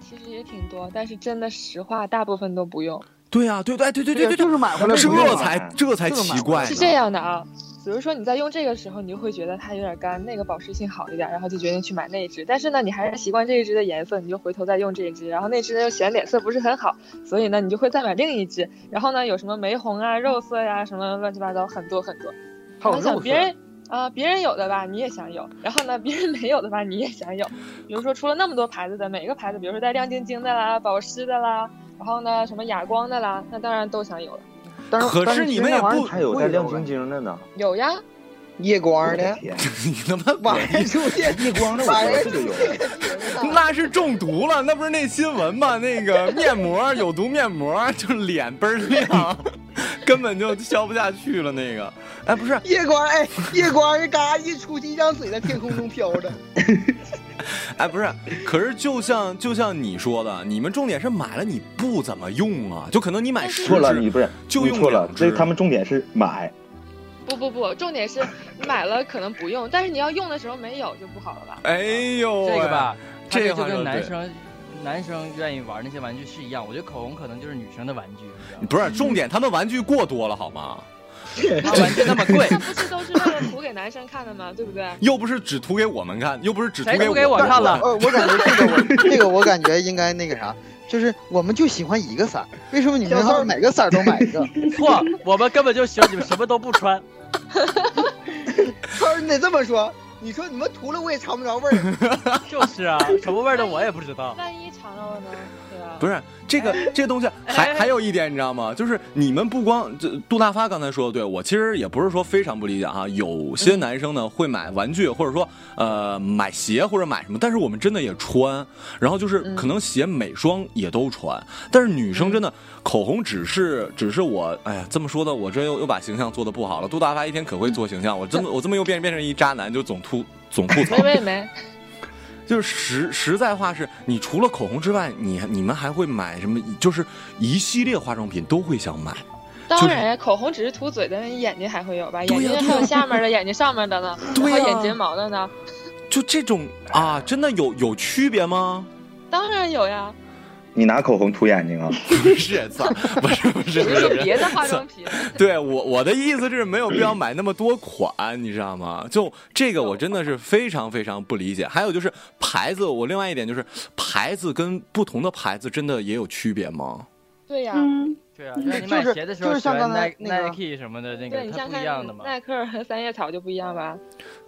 F: 其实也挺多，但是真的实话，大部分都不用。
I: 对呀、对对对对
G: 对对，就是买回来不
I: 这
G: 用
I: 才
G: 买
I: 哎这才奇怪
F: 是
I: 呢。
F: 这样的啊，比如说你在用这个时候，你就会觉得它有点干，那个保湿性好一点，然后就决定去买那一支。但是呢，你还是习惯这一支的颜色，你就回头再用这一支，然后那支呢又显脸色不是很好，所以呢你就会再买另一支。然后呢有什么玫红啊、肉色呀、什么乱七八糟很多很多。
G: 还有
F: 我
G: 肉
F: 想
G: 色
F: 别人啊、别人有的吧，你也想有；然后呢，别人没有的吧，你也想有。比如说，出了那么多牌子的，每个牌子，比如说带亮晶晶的啦、保湿的啦，然后呢，什么哑光的啦，那当然都想有了。
G: 但是
I: 可
G: 但
I: 是
G: 是
I: 你们也不啊
K: 还有带亮晶晶的呢。
F: 有呀，
H: 夜光的，
I: 你他妈
H: 晚上出现
K: 夜光的我
H: 晚
K: 知道
H: 上
K: 这个有，
I: [LAUGHS] 那是中毒了，那不是那新闻吗？那个面膜有毒面膜，就脸倍儿亮，根本就消不下去了。那个，哎，不是，
H: 夜光哎，夜光一嘎一出去，一张嘴在天空中飘着。
I: 哎，不是，可是就像就像你说的，你们重点是买了你不怎么用啊，就可能你买十
K: 错了，
I: 支
K: 你 [LAUGHS] 不是
I: 就
K: 你
I: 用
K: 错了
I: 两，支
K: 这他们重点是买。
F: 不不不，重点是你买了可能不用，但是你要用的时候没有就不好了
I: [LAUGHS]
F: 吧？
I: 哎呦喂
D: 这个吧，它
I: 这
D: 这
I: 个
D: 就
I: 话
D: 跟
I: 说得
D: 男
I: 对
D: 生男生愿意玩那些玩具是一样。我觉得口红可能就是女生的玩具，你知道吗
I: 不是重点，他们玩具过多了好吗？
D: 它玩具那么贵，
F: 啊那不是都是为了涂给男生看的
I: [LAUGHS]
F: 吗？对不对？
I: 又不是只涂给我们看，又不是只涂
D: 谁
I: 给
D: 涂给我看了
G: 呃，我感觉这个我这个我感觉应该那个啥，就是我们就喜欢一个色儿，为什么你们
H: 小三
G: 要
H: 儿
G: 每个色儿都买一
H: [LAUGHS]
G: 个？
D: 错，我们根本就喜欢你们什么都不穿。
H: 他说你得这么说，你说你们涂了我也尝不着味儿。
D: 就是啊，什么味儿的我也不知道。
F: 万一尝到了呢？对吧？
I: 不是这个
F: 哎
I: 这个东西还还有一点你知道吗？就是你们不光这杜大发刚才说的对，我其实也不是说非常不理解哈。有些男生呢会买玩具，或者说呃买鞋或者买什么，但是我们真的也穿，然后就是可能鞋每双也都穿，但是女
F: 嗯
I: 生真的口红只是只是我哎呀这么说的，我这又又把形象做的不好了。杜大发一天可会做形象，我这么我这么又变变成一渣男，就总吐总吐槽
F: 没。没没，
I: 就是实实在话是，你除了口红之外，你你们还会买什么？就是一系列化妆品都会想买。
F: 当然呀，口红只是涂嘴的，你眼睛还会有吧？
I: 对
F: 眼
I: 呀
F: 睛还有下面的，眼睛上面的呢，
I: [LAUGHS] 对
F: 还
I: 呀
F: 有眼睫毛的呢，
I: 就这种啊，真的有有区别吗？
F: 当然有呀。
K: 你拿口红涂眼睛啊？
I: [LAUGHS] 不是，操，不是不是
F: 只
I: 不
F: 是
I: 是
F: 说
I: 不
F: 别
I: 是。
F: 的化妆品，
I: [LAUGHS] 对我我的意思是没有必要买那么多款，你知道吗？就这个我真的是非常非常不理解。还有就是牌子，我另外一点就是牌子跟不同的牌子真的也有区别吗？
F: 对呀。
I: 嗯
D: 对啊，就是你买鞋的时候
G: 就
D: 喜
G: 是像
D: 欢
G: 刚才
D: Nike
G: 那个
D: Nike 什么的那
F: 对
D: 个，
F: 你
D: 它
F: 像
D: 不一
F: 看
D: 样的嘛。
F: 耐克儿和三叶草就不一样吧？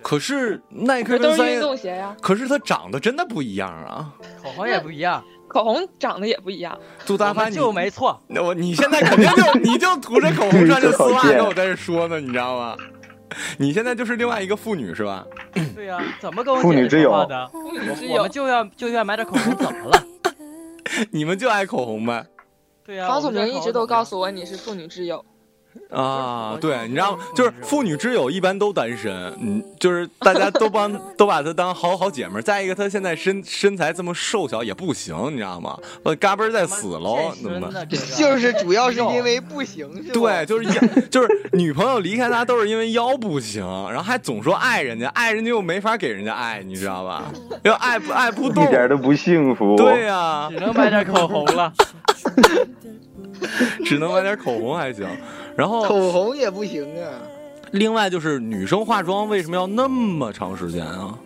I: 可是耐克
F: 这都是
I: 跟三
F: 运
I: 叶，
F: 动鞋呀、
I: 可是它长得真的不一样啊。
D: 口红也不一样，
F: 口红长得也不一样。
I: 杜大
D: 我
I: 发
D: 们
I: 你
D: 就没错。
I: 那我你现在肯定就你就涂着口红穿着丝袜跟我在这说呢，你知道吗？你现在就是另外一个妇女是吧？
D: 对呀，怎么跟我
K: 妇女
D: 解释
K: 之
D: 这
K: 友
D: 话的？
F: 之
D: 我
F: 友
D: 我们就要就要买点口红，怎么了？
I: 你们就爱口红呗？
D: 对呀，
F: 房
D: 我
F: 祖
D: 们这
F: 名一直都告诉我你是妇女之友，
I: 啊，对，你知道吗？就是妇女之友一般都单身，嗯，就是大家都 [LAUGHS] 帮都把她当好好姐们儿。再一个，她现在身身材这么瘦小也不行，你知道吗？我嘎嘣儿再死喽，
D: 健
I: 怎么
D: 身
I: 办？
D: 的这个
H: 就是主要是因为不行，是吧？
I: 对，，就是腰， [LAUGHS] 就是女朋友离开他都是因为腰不行，然后还总说爱人家，爱人家又没法给人家爱，你知道吧？又爱不爱不动
K: 一，点都不幸福。
I: 对呀、
D: 只能买点口红了。
I: [LAUGHS] 只能买点口红还行。
G: [LAUGHS]
I: 然后
H: 口啊红也不行啊。
I: 另外就是女生化妆为什么要那么长时间啊？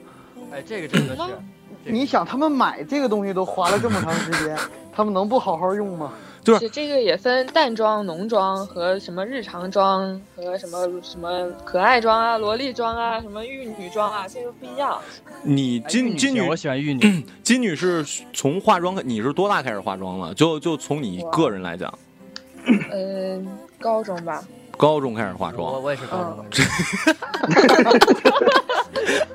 D: 哎，这个真
F: [LAUGHS]
D: 的是，
G: [LAUGHS] 你想他们买这个东西都花了这么长时间，他们能不好好用吗？
I: 就是
F: 这个也分淡妆、浓妆和什么日常妆和什么什么可爱妆啊、萝莉妆啊、什么玉女妆啊，这都不一样。
I: 你
D: 哎
I: 金金女，我喜
D: 欢玉女。
I: 金女是从化妆开，你是多大开始化妆了？就就从你个人来讲，
F: 嗯、高中吧。
I: 高中开始化妆。
D: 我我也是高中。
F: 嗯
D: [LAUGHS]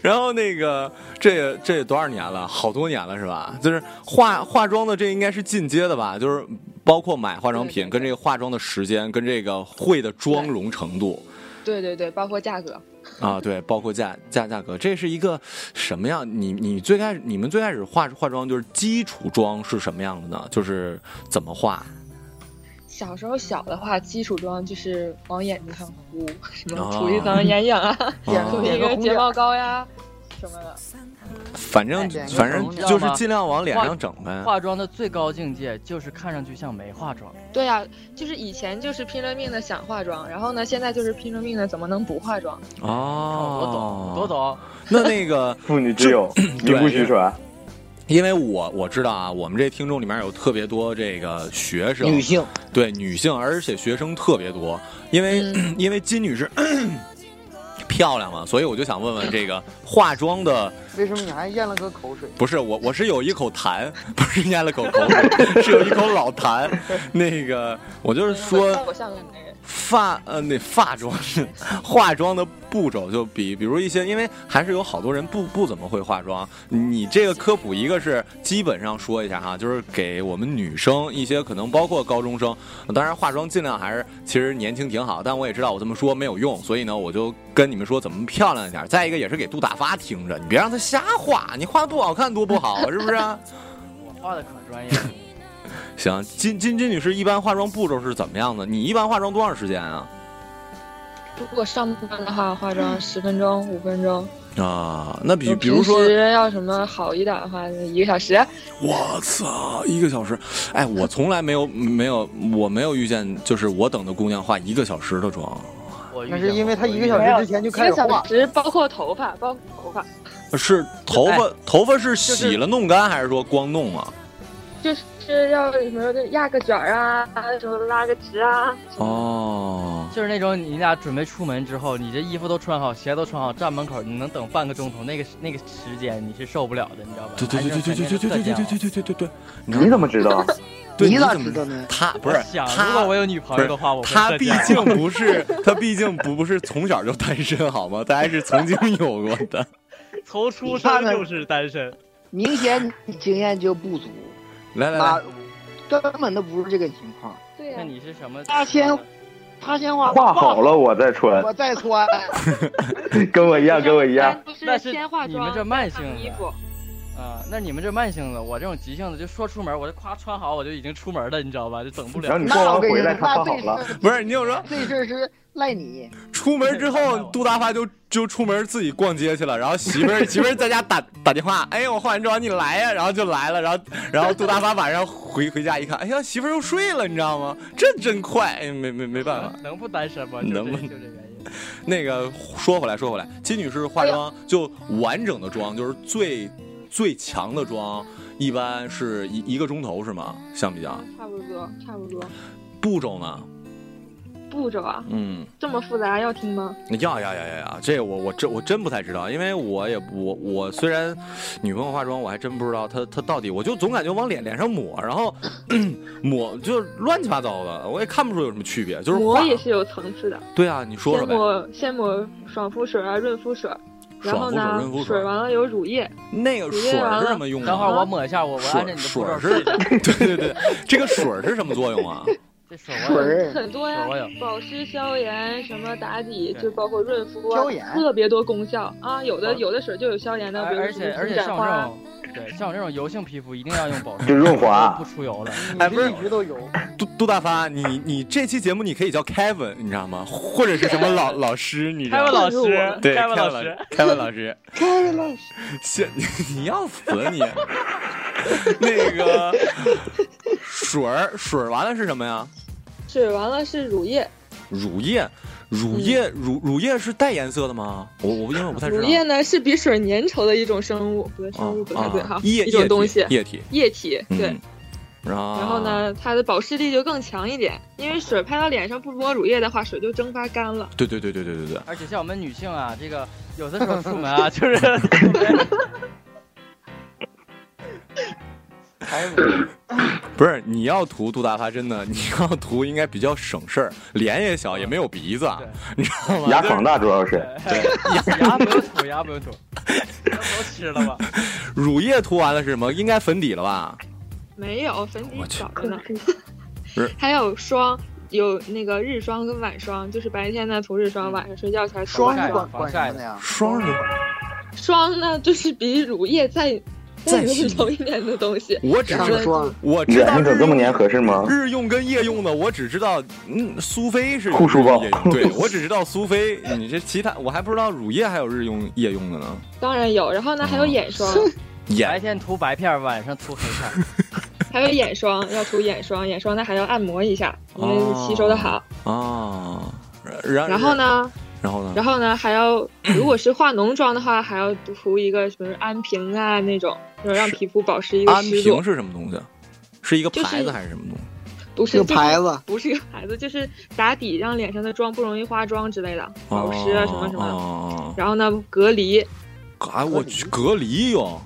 I: 然后那个，这这多少年了？好多年了是吧？就是化化妆的，这应该是进阶的吧？就是包括买化妆品，跟这个化妆的时间，跟这个会的妆容程度
F: 对对对，包括价格。
I: 啊，对，包括价价价格，这是一个什么样？你你最开始你们最开始化化妆就是基础妆是什么样的呢？就是怎么化？
F: 小时候小的话，基础妆就是往眼睛上糊，什么
I: 啊
F: 涂一层眼影啊，
I: 啊
F: 涂一个睫毛膏呀，什么的。
I: 反正
D: 哎
I: 反正
D: 你知道
I: 就是
D: 吗
I: 尽量往脸
D: 化
I: 上整呗。
D: 化妆的最高境界就是看上去像没化妆。
F: 对呀、就是以前就是拼了命的想化妆，然后呢，现在就是拼了命的怎么能不化妆？
I: 哦，
D: 多懂。
I: 那那个
K: [LAUGHS] 妇女之友名不虚传。
I: 因为我我知道啊，我们这听众里面有特别多这个学生，
H: 女性，
I: 对女性，而且学生特别多，因为、
D: 嗯
I: 因为金女士 [COUGHS] 漂亮嘛，所以我就想问问这个化妆的，
G: 为什么你还咽了个口水？
I: 不是我我是有一口痰，不是咽了口口水，是有一口老痰，那个我就是说，
F: 我像个男人。
I: 发呃那发妆 [LAUGHS] 化妆的步骤就比比如一些，因为还是有好多人不不怎么会化妆。你这个科普一个是基本上说一下哈，就是给我们女生一些可能包括高中生，当然化妆尽量还是其实年轻挺好，但我也知道我这么说没有用，所以呢我就跟你们说怎么漂亮一点。再一个也是给杜大发听着，你别让他瞎画，你画的不好看多不好啊，是不是啊、 [LAUGHS]
D: 我化的可专业了，
I: 行，金金金女士一般化妆步骤是怎么样的？你一般化妆多长时间啊？
F: 如果上班的话，化妆十分钟、五分钟。
I: 啊，那比比如说，
F: 平时要什么好一点的话，一个小时。
I: 我操，一个小时！哎，我从来没有没有我没有遇见，就是我等的姑娘化一个小时的妆，
G: 那是因为他一个小时之前就开
F: 一
G: 始
F: 个
G: 化
F: 小，时，包括头发，包括头发，
I: 是头发、
D: 哎
I: 头发是洗了弄干，还是说光弄啊？
F: 就是要什么压个卷儿啊，什么拉个直啊。
I: 哦，
D: 就是那种你俩准备出门之后，你这衣服都穿好，鞋都穿好，站门口你能等半个钟头，那个那个时间你是受不了的，你知道吧？
I: 对对对对对对对对对对对对对对，
K: 你怎么知道？
I: 对，
D: 你咋
I: 怎么
D: 知道呢
I: 他不是
D: 我想
I: 他
D: 如果我有女朋友的话
I: 不是
D: 我会
I: 他
D: 这
I: 毕
D: 样
I: 竟不是他毕竟不不是从小就单身好吗？他还是曾经有过的。
D: [LAUGHS] 从出生就是单身。
H: 明显你经验就不足，
I: 来来
H: 哪
I: 来，
H: 根本都不是这个情况。
F: 对
D: 那你是什么？
H: 他先，他先画
K: 画好了我再
I: [LAUGHS]
K: 穿，
H: 我再穿。
K: 跟我一样，跟我一样。
F: 不
D: 那
F: 是
D: 是
F: 先化
D: 你们
F: 妆，
D: 这慢性
F: 衣
D: 的
F: 服。
D: 啊、那你们这慢性的，我这种急性的，就说出门，我就夸穿好，我就已经出门了，你知道吧？就等不了。
I: 然后你说完回来
H: 他画好了
I: 不是你有说
H: 这事儿是赖你，
I: 出门之后，杜大发就就出门自己逛街去了，然后媳妇儿 [LAUGHS] 媳妇儿在家打打电话，哎，我化完妆你来呀、然后就来了，然后然后杜大发晚上回回家一看，哎呀，媳妇儿又睡了，你知道吗？这真快，哎，没没没办法。
D: 能不单身吗？就
I: 能
D: 这
I: 不
D: 就这原因。
I: 那个说回来说回来，金女士化妆就完整的妆，就是最最强的妆，一般是一一个钟头是吗？相比较
F: 啊差不多，差不多。
I: 步骤呢？
F: 步骤啊，
I: 嗯。
F: 这么复杂要听吗？
I: 要要要要要，这个我我真我真不太知道，因为我也我我虽然女朋友化妆，我还真不知道她她到底，我就总感觉往脸脸上抹，然后 [CLEARS THROAT] 抹就乱七八糟的，我也看不出有什么区别，就是
F: 抹
I: 画。
F: 也是有层次的，
I: 对啊，你说说
F: 先
I: 呗。
F: 抹先抹爽肤水啊、润肤水，然后
I: 爽
F: 呢
I: 肤水润肤，水
F: 水完了有乳液。
I: 那个
F: 乳
I: 水
F: 液完
I: 是
F: 了
I: 什么用的？
D: 等会儿我抹一下，我我按照你的
I: 水
D: 步
I: 水
D: 骤试
I: 是
D: 一下。，
I: 对对对，这个水是什么作用啊？
D: 这水我有
F: 很多呀
D: 水我有，
F: 保湿、消炎、什么打底，
D: 对
F: 就包括润肤啊
D: 消炎，
F: 特别多功效啊。有的有的水就有消炎的，
D: 而
F: 比如
D: 而
F: 什么
D: 且而且
F: 金盏
D: 像我这
F: 花
D: 种，对像我这种油性皮肤一定要用保湿，
I: 就润滑
D: 不出油了。
I: 哎，不是
G: 一直都有。
I: 杜杜大发，你你这期节目你可以叫 Kevin，你知道吗？或者是什么老老师，你知道吗？
D: Kevin 老
F: [LAUGHS]
D: 师
I: 对
D: Kevin
I: 老
D: 老师
I: ，Kevin 老师，
H: 开
I: [LAUGHS]
H: 了，
I: 现你要死啊你！那个水儿水儿完了是什么呀？
F: 水完了是乳液，
I: 乳液，乳液乳乳液是带颜色的吗？我我因为我不太
F: 嗯
I: 知
F: 乳
I: 道。
F: 液呢是比水
D: 哦
F: 粘稠的一种生物，不对，生物不太对
I: 啊
F: 哈，
I: 液
F: 一种东西，
I: 液体液体
F: 液体，对
I: 嗯。然
D: 啊
F: 然后？呢，它的保湿力就更强一点，因为水拍到脸上不抹乳液的话，水就蒸发干了。
I: 对对对对对对对，
D: 而且像我们女性啊，这个有的时候出门啊，就是
I: [LAUGHS]
D: 特别
I: 不是你要涂杜大发，真的你要涂应该比较省事儿，脸也
F: 嗯
I: 小，也没有鼻子，你知道吗？
K: 牙缝大主要是。
D: 牙不用涂，牙不用涂，都吃了吧？ [LAUGHS]
I: 乳液涂完了是什么？应该粉底了吧？
F: 没有粉底早
D: [LAUGHS]
F: 着呢，
I: 不是，
F: 还有霜，有那个日霜跟晚霜，就是白天呢涂日霜，晚上睡觉前涂晚霜。
G: 管什么的呀？
I: 霜是
F: 霜呢，就是比乳液再再温柔一点的东西。
I: 我只
F: 然
I: 知
F: 后
I: 道，我知
K: 脸
I: 道
K: 上整
I: 日
K: 这哎么粘合适吗？
I: 日用跟夜用的，我只知道，嗯，苏菲是
K: 酷暑宝
I: 夜用，对我只知道苏菲，你这其他我还不知道乳液还有日用夜用的呢。
F: 当然有，然后呢还有眼霜，
D: 白天涂白片儿，晚上涂黑片 [LAUGHS] 儿。
F: 还有眼霜要涂眼霜，眼霜呢还要按摩一下，因为吸收的好。
I: 哦，然
F: 然后？呢，
I: 然后呢？
F: 然后呢还要，如果是化浓妆的话，还要涂一个什么安瓶啊那种，就是让皮肤保持一个
I: 安
F: 湿度
I: 瓶。是什么东西？是一个
F: 就是
I: 牌子还是什么东西？
F: 不是
G: 是个牌
F: 就是不是一个牌子，就是打底，让脸上的妆不容易化妆之类的，保湿啊什么什么的。
I: 哦么
F: 然后呢，隔离，
I: 啊，我去，隔离哟，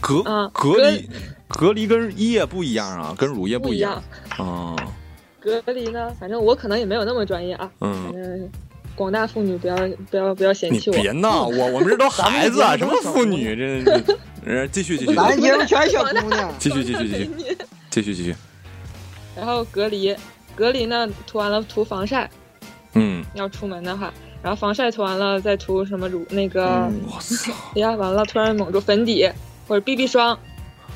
I: 隔
F: 嗯
I: 隔离，隔离跟液不一样啊，跟乳液
F: 不
I: 一
F: 一
I: 样
F: 样。
I: 哦，
F: 隔离呢，反正我可能也没有那么专业啊。反
I: 嗯，
F: 正广大妇女不要不要不要嫌
I: 你
F: 弃我。
I: 别闹，我我们这都孩子，什么妇女，这这，这继续继续，
G: 咱爷们全是小姑娘。
I: [LAUGHS] 继续继续继续继续继续，
F: [LAUGHS] 然后隔离，隔离呢，涂完了涂防晒，
I: 嗯，
F: 要出门的话，然后防晒涂完了再涂什么乳那个，
I: 哇塞，
F: 呀，完了突然猛住粉底或者 BB 霜，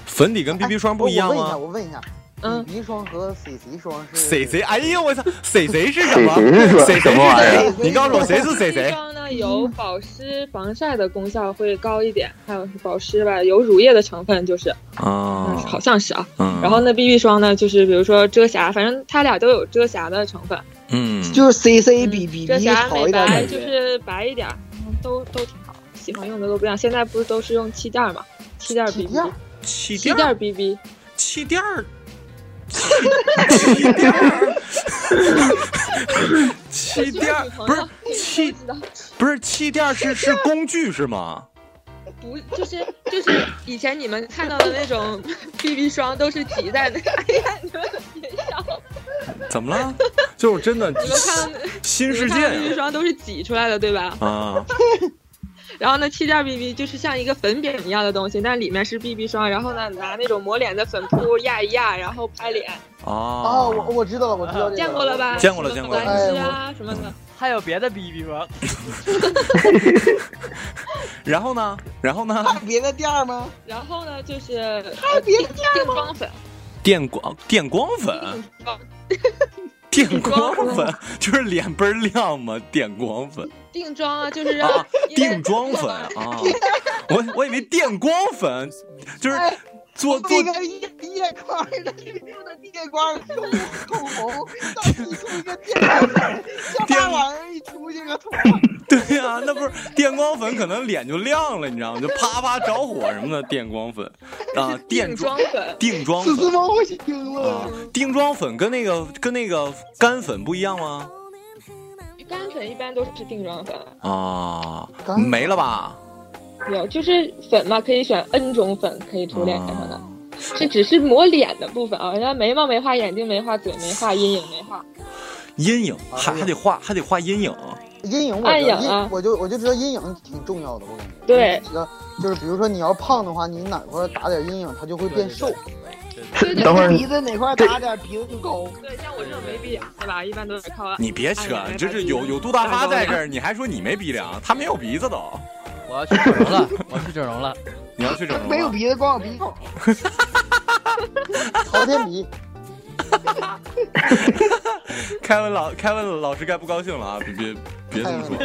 I: 粉底跟 BB 霜不一样
G: 哎
I: 吗
G: 我问一下，我
F: 嗯
I: 嗯
G: 问一下，你鼻霜和 CC 霜是？
I: 谁谁？哎呀，我操，谁谁是什么？
K: 谁谁是
I: 谁
K: 什么玩意儿
I: 谁你告诉我谁是谁谁？
F: 霜呢有保湿防晒的功效会高一点，还有是保湿吧，有乳液的成分就是，
I: 啊，
F: 好像是啊。
I: 嗯
F: 然后那 BB 霜呢，就是比如说遮瑕，反正它俩都有遮瑕的成分，
I: 嗯，
G: 就是 CC 比比
F: 遮
G: B
F: 瑕
G: 好
F: 美
G: 一点
F: 白
G: 感
F: 就
G: 觉。
F: 是白一点儿，嗯都都挺好，喜欢用的都不一样。现在不是都是用气垫儿嘛？气垫儿 BB，
B: 气
F: 气
B: 垫
F: 垫
B: 儿
F: 儿 BB，
B: 气垫儿，
I: 气垫儿不是气，不是气垫儿是是工具是吗？
F: 不就是就是以前你们看到的那种 [LAUGHS] BB 霜都是挤在那，哎呀，你们别笑，
I: 怎么了？就是真的
F: 你们看到
I: 新世
F: 你们看到 BB
I: 界
F: 霜都是挤出来的，对吧？
I: [LAUGHS] 啊！
F: 然后呢，气垫 BB 就是像一个粉饼一样的东西，但里面是 BB 霜，然后呢拿那种抹脸的粉扑压一压，然后拍脸，
G: 哦，
I: 哦
G: 我我知道了，我知道这个。
F: 见过了吧？
I: 见过了见过了
F: 白痴啊什么的。
D: 还有别的 BB 吗？
I: 然后呢？然后呢？
G: 还有别的店儿吗？
F: 然后呢，就是呃
G: 还有别的店儿
F: 电
G: 吗？
F: 光粉，
I: 电光电光 [LAUGHS] 粉，电光粉就是脸倍儿亮嘛，电光粉
F: 定妆啊，就是让、
I: 啊，定妆 [LAUGHS] 粉啊，我我以为电光粉就是做做
G: 那个夜夜光的绿色的夜光，口红，到底涂一个电光
I: [LAUGHS]
G: 粉，像那玩意儿一出去个头发。
I: 对呀、那不是电光粉，可能脸就亮了，你知道吗？就啪啪着火什么的，电光粉啊，电
F: 定妆粉，
I: 定妆
G: 丝丝
I: 粉
G: 猫会听
I: 啊
G: 了，，
I: 定妆粉跟那个跟那个干粉不一样吗？
F: 干粉一般都是定妆粉，
I: 啊，没了吧？
F: 有就是粉嘛，可以选 N 种粉可以涂脸上的
I: 啊，
F: 这只是抹脸的部分啊，人家眉毛没画，眼睛没画，嘴没画，阴影没画，
I: 阴影
G: 啊
I: 还还得画，还得画阴影。
G: 阴影我
F: 暗
G: 知道，
F: 影
G: 阴
F: 啊
G: 我就我就知道阴影挺重要的，我感觉。
F: 对
G: 知道，就是比如说你要胖的话，你哪块打点阴影，它就会变瘦。
F: 对对
K: 等会儿
G: 鼻子哪块打点，鼻子就高。
F: 对，像我这种没鼻梁的吧，一般都是靠
I: 你别扯，这是有有杜大发在这儿，你还说你没鼻梁，他没有鼻子都。
D: 我要去整容了， [LAUGHS] 我要去整容了。
I: 你要去整容啊
G: 没有
I: 吗？
G: 鼻子，光有鼻孔。朝天鼻，
I: 凯文老凯文老师该不高兴了啊！别别别这么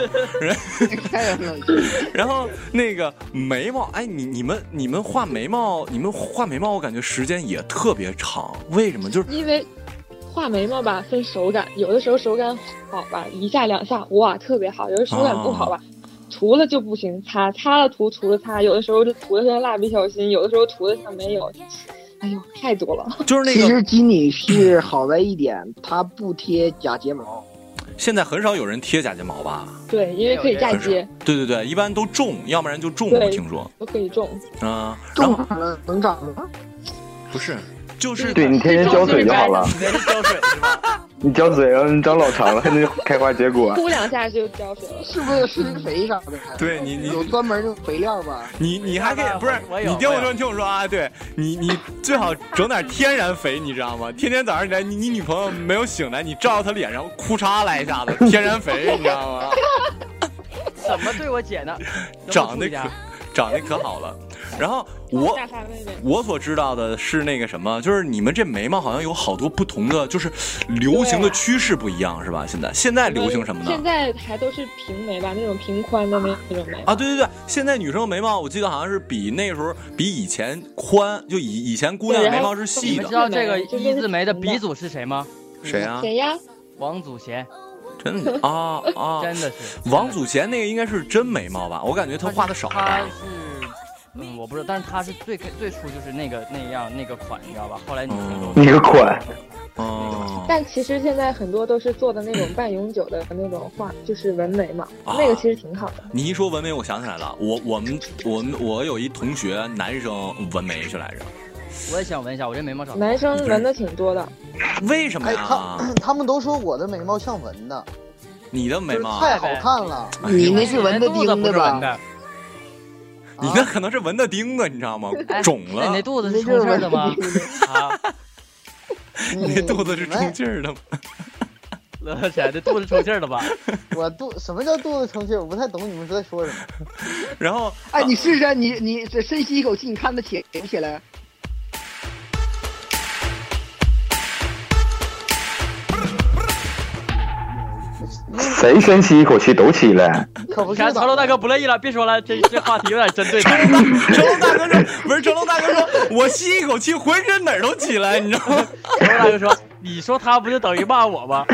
G: 哎
I: 说。
G: 太有了。
I: [LAUGHS] 然后那个眉毛，哎，你你们你们画眉毛，你们画眉毛，我感觉时间也特别长，为什么？就是
F: 因为画眉毛吧分手感，有的时候手感好吧，一下两下哇特别好，有的手感不好吧，涂了就不行，擦擦了涂，涂了擦，有的时候就涂的像蜡笔小新，有的时候涂的像没有，哎呦，太多了。
I: 就是那
H: 其
I: 个
H: 实基尼是好在一点，它不贴假睫毛。
I: 现在很少有人贴假睫毛吧？
F: 对，因为可以嫁接，
I: 对对对，一般都种，要不然就种。
F: 对
I: 我听说
F: 都可以种。
I: 啊，然
H: 种
I: 后
H: 上了能长吗？
I: 不是，就是
K: 对你天天浇水就好了，
D: 浇水是吧？
K: 你浇水然后你长老长了，还能开花结果。
F: 扑两下就浇水了，
H: 是不是施肥啥的？
I: [LAUGHS] 对你你
H: 有专门的肥料吧？
I: 你你还可以不是
H: 我？有
I: 你听我
H: 我
I: 说，你听我说啊，对你你最好整点天然肥，你知道吗？天天早上起来，你你女朋友没有醒来，你照她脸上，哭嚓来一下子，天然肥，你知道
H: [LAUGHS]
I: 吗？
D: 怎么对我姐 [LAUGHS] 呢？
I: 长得可长得可好了。然后我
F: 大妹妹
I: 我所知道的是那个什么，就是你们这眉毛好像有好多不同的，就是流行的趋势不一样，是吧？现在现在流行什么呢
F: 现？在还都是平眉吧，那种平宽的那那种眉。
I: 啊，对对对，现在女生的眉毛我记得好像是比那时候比以前宽，就以以前姑娘的眉毛是细
D: 你
I: 的
D: 们知。道这个一字眉的鼻祖是谁吗？
I: 谁啊？
F: 呀？
D: 王祖贤，[LAUGHS]
I: 真的啊啊！
D: 真的是
I: 王祖贤那个应该是真眉毛吧？我感觉她画的少
D: 他
I: 吧
D: 是。嗯，我不知道，但是他是最开最初就是那个那样那个款，你知道吧？后来女生都
K: 那个款，
I: 哦，
F: 但其实现在很多都是做的那种半永久的那种画，就是纹眉嘛，那个其实挺好的。
I: 你一说纹眉，我想起来了，我我们我们我有一同学男生纹眉去来着，
D: 我也想纹一下，我这眉毛长。
F: 男生纹的挺多的，
I: 为什么
G: 哎，
I: 呀？
G: [CLEARS THROAT] 他他们都说我的眉毛像纹的，
I: 你的眉毛
G: 太好啊看了。
H: 你那是纹的钉
D: 的吧？
I: 你那可能是纹的钉子，你知道吗？ [LAUGHS] 肿
D: 哎
I: 了
D: 你那，肚子是充气儿的 [LAUGHS] 吗？啊，
I: [LAUGHS] 你 [LAUGHS] 那肚子是充气儿的吗？
D: 乐乐起来，这肚子充气儿的 [LAUGHS] 吧？
G: 我肚什么叫肚子充气？我不太懂你们在说什么。
I: 然后 [LAUGHS]
H: 哎，你试试，你你这深吸一口气，你看它挺不起来。
K: 谁深吸一口气抖起来？
G: 可不
D: 是。看长龙大哥不乐意了，别说了，这这话题有点针对 [LAUGHS] 他。
I: 成龙大哥说，不是成龙大哥说，我吸一口气，浑身哪儿都起来，你知道吗？
D: 成龙大哥说，你说他不就等于骂我 [LAUGHS] 吗？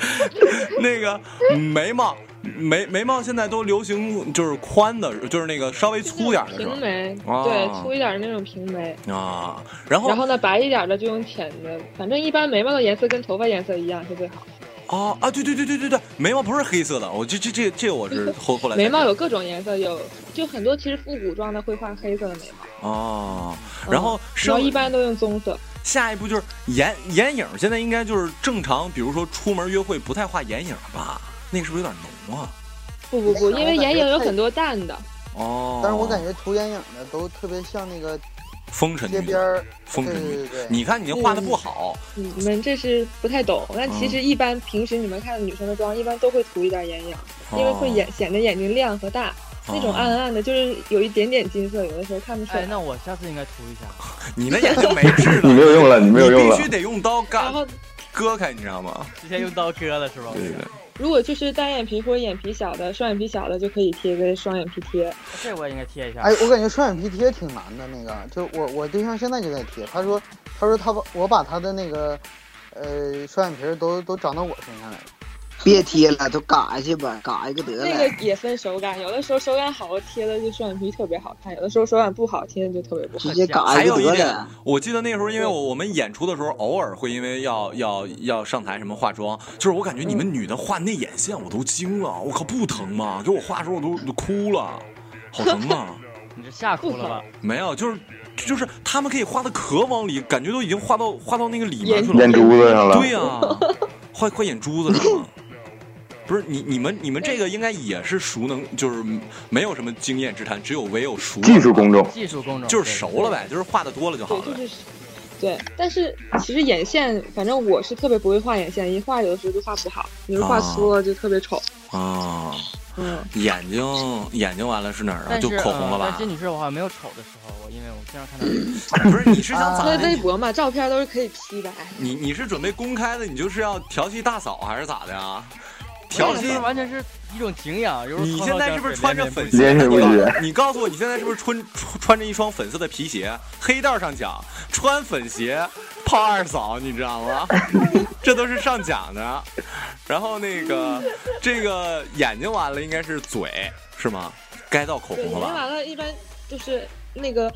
I: [LAUGHS] 那个眉毛。眉眉毛现在都流行就是宽的，就是那个稍微粗点儿的是
F: 平
I: 吧？
F: 眉，
I: 哦
F: 对，粗一点的那种平眉。
I: 啊，然后
F: 然后呢，白一点的就用浅的，反正一般眉毛的颜色跟头发颜色一样是最好。
I: 哦啊，对对对对对对，眉毛不是黑色的，我这这这这
F: [LAUGHS]
I: 我是后后来才
F: 眉毛有各种颜色，有就很多其实复古装的会画黑色的眉毛，
I: 哦，然后
F: 嗯然后
I: 剩
F: 一般都用棕色。
I: 下一步就是眼眼影，现在应该就是正常，比如说出门约会不太画眼影吧？那个是不是有点浓啊？
F: 不不不，因为眼影有很多淡的，
I: 哦，
G: 但是我感觉涂眼影的都特别像那个
I: 风尘
G: 街
I: 女
G: 边，儿，
I: 风尘
G: 对
I: 女
G: 对对，
I: 你看你画的不好，
F: 嗯你们这是不太懂。
I: 哦
F: 但其实一般平时你们看女生的妆，一般都会涂一点眼影，
I: 哦
F: 因为会眼显得眼睛亮和大。那种暗暗的，就是有一点点金色，有的时候看不出来。
D: 哎，那我下次应该涂一下。
I: 你那眼睛没治 [LAUGHS]
K: 你没有用了，你
I: 你
K: 没有用了
I: 必须。得用刀割
F: 然后
I: 割开，你知道吗？
D: 之前用刀割了是吧？
I: 对对，
F: 如果就是单眼皮或者眼皮小的，双眼皮小的就可以贴个双眼皮贴。
D: 这我也应该贴一下。
G: 哎，我感觉双眼皮贴挺难的，那个就我我对象现在就在贴，他说他说他把我把他的那个呃双眼皮儿都都长到我身上来了，
H: 别贴了，都嘎去吧，嘎一个得
F: 那
H: 了。
F: 个也分手感，有的时候手感好贴的就双眼皮特别好看，有的时候手感不好贴的就特别不好
H: 直接
F: 看。
H: 嘎
I: 还
H: 一个
I: 有一
H: 得
I: 点
H: 了。，
I: 我记得那时候，因为我我们演出的时候，偶尔会因为要要要上台什么化妆，就是我感觉你们女的画内眼线，我都惊了，我靠，不疼吗？给我画的时候我都我都哭了，好疼啊！ [LAUGHS]
D: 你这吓哭了 [LAUGHS] 吧？
I: 没有，就是就是他们可以画到壳往里，感觉都已经画到画到那个里面去了，
K: 眼珠子上了
I: 对呀、画画眼珠子上了。不是你你们你们这个应该也是熟能，就是没有什么经验之谈，只有唯有熟
K: 技术工种
D: 技术工种
I: 就是熟了呗，就是画的多了就好
F: 对，
I: 了呗。
F: 就是，对。但是其实眼线，反正我是特别不会画眼线，一画有的时候就画不好，你是画粗了就特别丑。
I: 啊，
F: 嗯，
I: 眼睛眼睛完了是哪儿啊？
D: 但
I: 就是口红了
D: 呃
I: 吧
D: 但？是女士，我好像没有丑的时候，我因为 [LAUGHS] 我经常看到。
I: 不是，你是想咋
F: 那微
I: 的？
F: 博嘛，照片都是可以 P 的。哎，
I: 你你是准备公开的？你就是要调戏大嫂还是咋的呀？调
D: 我
I: 戏
D: 有时候完全是一种敬仰。有时候
I: 你
D: 看
I: 现
D: 到
I: 在
D: 这
I: 是不是
D: 水
I: 穿着
D: 连绵
I: 粉
D: 不
I: 色
D: 息
K: 连绵不
I: 你告
K: 绝
I: 你告诉我，你现在是不是穿穿穿着一双粉色的皮鞋，黑道上讲穿粉鞋泡二嫂，你知道吗？ [LAUGHS] 这都是上讲的。然后那个这个眼睛完了应该是嘴是吗？该到口
F: 对，
I: 红
F: 你
I: 了
F: 们
I: 吧？
F: 完了，一般就是那个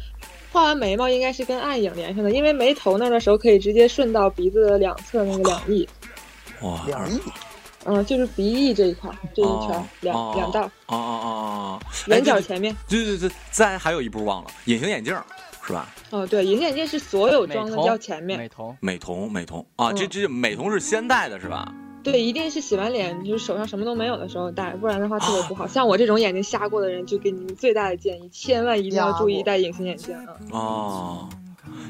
F: 画完眉毛应该是跟暗影连上的，因为眉头那儿的时候可以直接顺到鼻子的两侧那个两翼，
I: 哇，
G: 哎
F: 嗯，就是鼻翼这一块儿这一圈儿
I: 哦
F: 两、
I: 哦
F: 两道
I: 哦哦哦哦，哎
F: 眼角
I: 对
F: 前面。
I: 对对对，再还有一步忘了，隐形眼镜儿是吧？
F: 哦，对，隐形眼镜是所有装的
I: 美瞳
F: 叫前面，
D: 瞳， [LAUGHS]
I: 美瞳，美瞳啊，
F: 嗯
I: 这这美瞳是先戴的是吧？
F: 对，一定是洗完脸就是手上什么都没有的时候戴，不然的话特别
I: 哦
F: 不好。像我这种眼睛瞎过的人，就给你们最大的建议，千万一定要注意戴隐形眼镜啊。
I: 哦，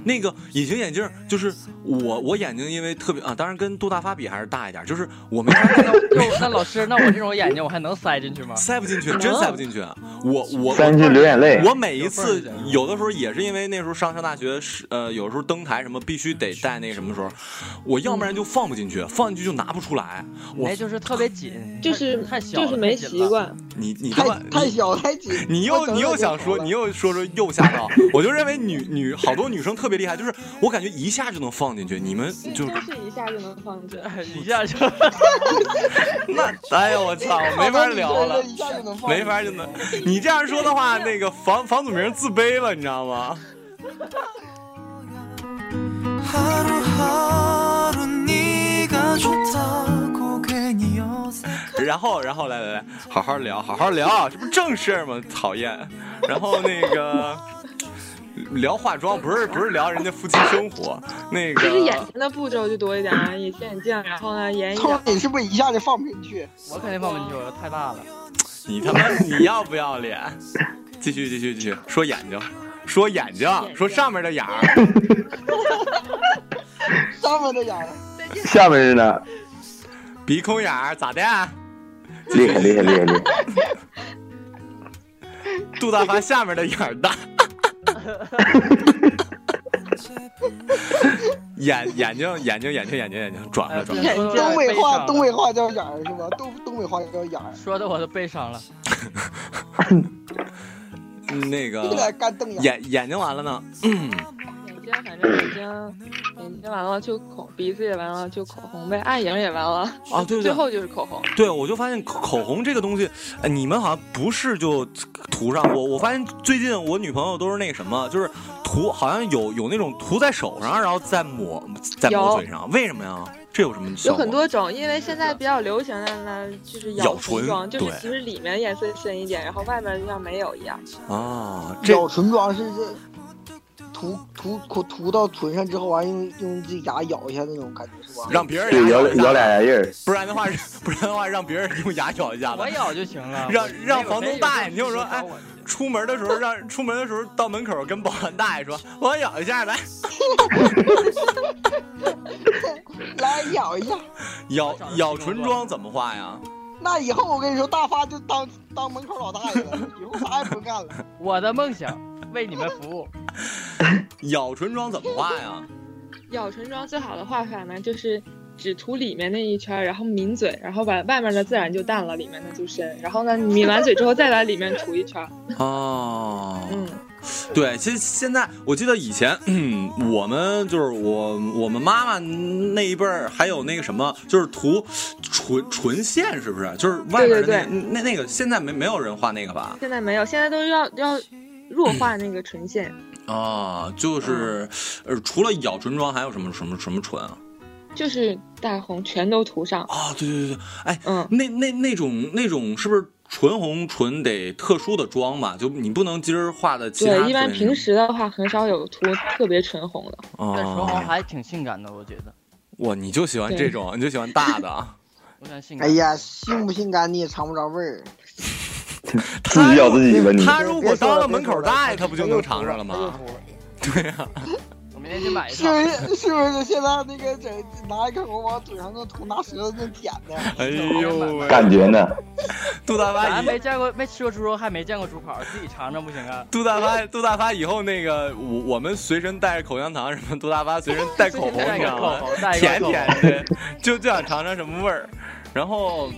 I: 那个隐形眼镜儿就是我，我眼睛因为特别啊，当然跟杜大发比还是大一点儿，就是我没法戴
D: 那老师，那我这种眼睛我还能塞进去吗？
I: 塞不进去，真塞不进去。啊我我
K: 塞进去流眼泪
I: 我每一次有的时候也是因为那时候上上大学是呃，有时候登台什么必须得戴那个什么时候，我要不然就放不进去，放进去就拿不出来。我
D: 那哎就是特别紧，
F: 就是
D: 太小了
F: 就是没习惯，
I: 你你
H: 太
I: 干嘛？
H: 太小太紧，
I: 你
H: 我
I: 又
H: 走
I: 你
H: 了
I: 又
H: 就
I: 想
H: 走
I: 说，
H: 了
I: 你又说说又吓到，我就认为女女好多女生特别厉害，就是我感觉一下就能放进去，你们就哎
F: 真是一下就能放进去，
D: [LAUGHS] 一下就
I: 那哎呦我操，没法聊了，
H: 一下就能放
I: 没法就能。你这样说的话，那个房房祖名自卑了，你知道吗？ [LAUGHS]
M: 하루하루 네가 좋다고 괜히 어색
I: 然后然后来来来，好好聊，好好聊，啊这不正事儿吗？讨厌。然后那个聊化妆，不是不是聊人家夫妻生活，那个
F: 就是眼睛的步骤就多一点啊，隐形眼镜，然后呢眼影。
H: 你是不是一下就放不进去？
D: 我肯定放不进去，我太大了。
I: 你他妈你要不要脸？ [LAUGHS] 继续继续继续说眼睛，说眼睛，说上面的眼儿。
H: 上面的眼儿，
K: 下面是呢，
I: 鼻孔眼儿咋的？啊
K: 厉害厉害厉害厉害，
I: 杜大发下面的眼儿大， [LAUGHS] 眼眼睛眼睛眼睛眼睛眼睛
D: 哎
I: 转过来转过来。
H: 东北话东北话叫眼儿是吧？东东北话叫眼儿，
D: 说的我都悲伤了。
F: 哎
I: 那个
H: 这个干瞪眼
I: 眼眼睛完了呢？
F: 眼
I: 嗯，
F: 睛反正眼睛，眼睛完了就口，鼻子也完了就口红呗，暗影也完了
I: 啊对对
F: 最后就是口红。
I: 对，我就发现口口红这个东西，哎你们好像不是就涂上我。我发现最近我女朋友都是那个什么，就是涂，好像有有那种涂在手上，然后再抹再抹
F: 有
I: 嘴上，为什么呀？这有什么效
F: 有
I: 果？
F: 很多种，因为现在比较流行的呢，就是
I: 咬
F: 咬
I: 唇
F: 妆，就是
I: 对
F: 其实里面颜色深一点，然后外面就像没有一样。
I: 啊，这
H: 咬唇妆是这涂涂涂涂到唇上之后，完用用自己牙咬一下那种感觉是吧？
I: 让别人
K: 对，
I: 牙
K: 咬
I: 一下
K: 咬俩牙印儿，
I: 不然的话， [LAUGHS] 不然的话让别人用牙咬一下子。
D: 我咬就行了，
I: 让
D: 我没有
I: 让房东大爷，你
D: 没有
I: 就说，哎，出门的时候让出门的时候到门口跟保安大爷说， [LAUGHS] 我咬一下来，
H: 来咬一下。
I: 咬咬唇妆怎么画呀？
H: 那以后我跟你说，大发就当当门口老大爷了，以后啥也不干了。
D: 我的梦想为你们服务。
I: 咬唇妆怎么画呀？
F: 咬唇妆最好的画法呢，就是只涂里面那一圈儿，然后抿嘴，然后把外面的自然就淡了，里面的就深。然后呢，抿完嘴之后再来里面涂一圈儿。
D: 嗯
I: 哦，
F: 嗯，
I: 对，其实现在我记得以前， [CLEARS THROAT] 嗯我们就是我我们妈妈那一辈儿，还有那个什么，就是涂唇唇线，是不是？就是外面的那
F: 对对
I: 个那那个，现在没没有人画那个吧？
F: 现在没有，现在都要要弱化那个唇线。
I: 啊，就是，呃，除了咬唇妆，还有什么什么什么唇啊？
F: 就是大红全都涂上，
I: 啊，对对对对，哎，那那那种那种是不是唇红唇得特殊的妆吧？就你不能今儿画的其他
F: 对，一般
I: 唇啊
F: 平时的话很少有涂特别唇红的。
D: 但唇红
I: 哦，
D: 还挺性感的，我觉得。
I: 哇，你就喜欢这种，你就喜欢大的啊？
D: 我想性
H: 哎
D: 感。
H: 呀，性不性感你也尝不着味儿。
K: 自己咬自己吧你。
I: 他如果当了门口大爷，他不就能尝上了吗？对呀、
D: 我明天去买一
H: 是
D: 套
H: 不。是？是不是现在那个整拿一根我往嘴上那涂，拿舌头那舔的？
I: [LAUGHS] 哎呦喂，
K: 感觉呢？
I: [LAUGHS] 杜大发
D: 咱
I: 一
D: 没见过，没吃过猪肉，还没见过猪跑，自己尝尝不行啊？
I: 杜大发，杜大发以后那个，我我们随身带着口香糖什么，杜大发随身
D: [LAUGHS]
I: 带口红，
D: 带
I: 你
D: 个
I: 知道吗
D: 口红带？一个
I: 舔
D: 口红
I: 舔的，就就想尝尝什么味儿。然后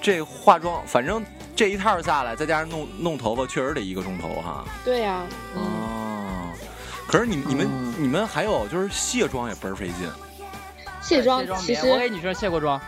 I: 这化妆，反正这一套下来，再加上弄弄头发，确实得一个钟头哈。
F: 对啊嗯呀、
I: 哦，可是你你们你们还有就是卸妆也倍儿费劲。
F: 卸妆
D: 卸妆
F: 其
D: 棉
F: 实
D: 我给女生卸过妆，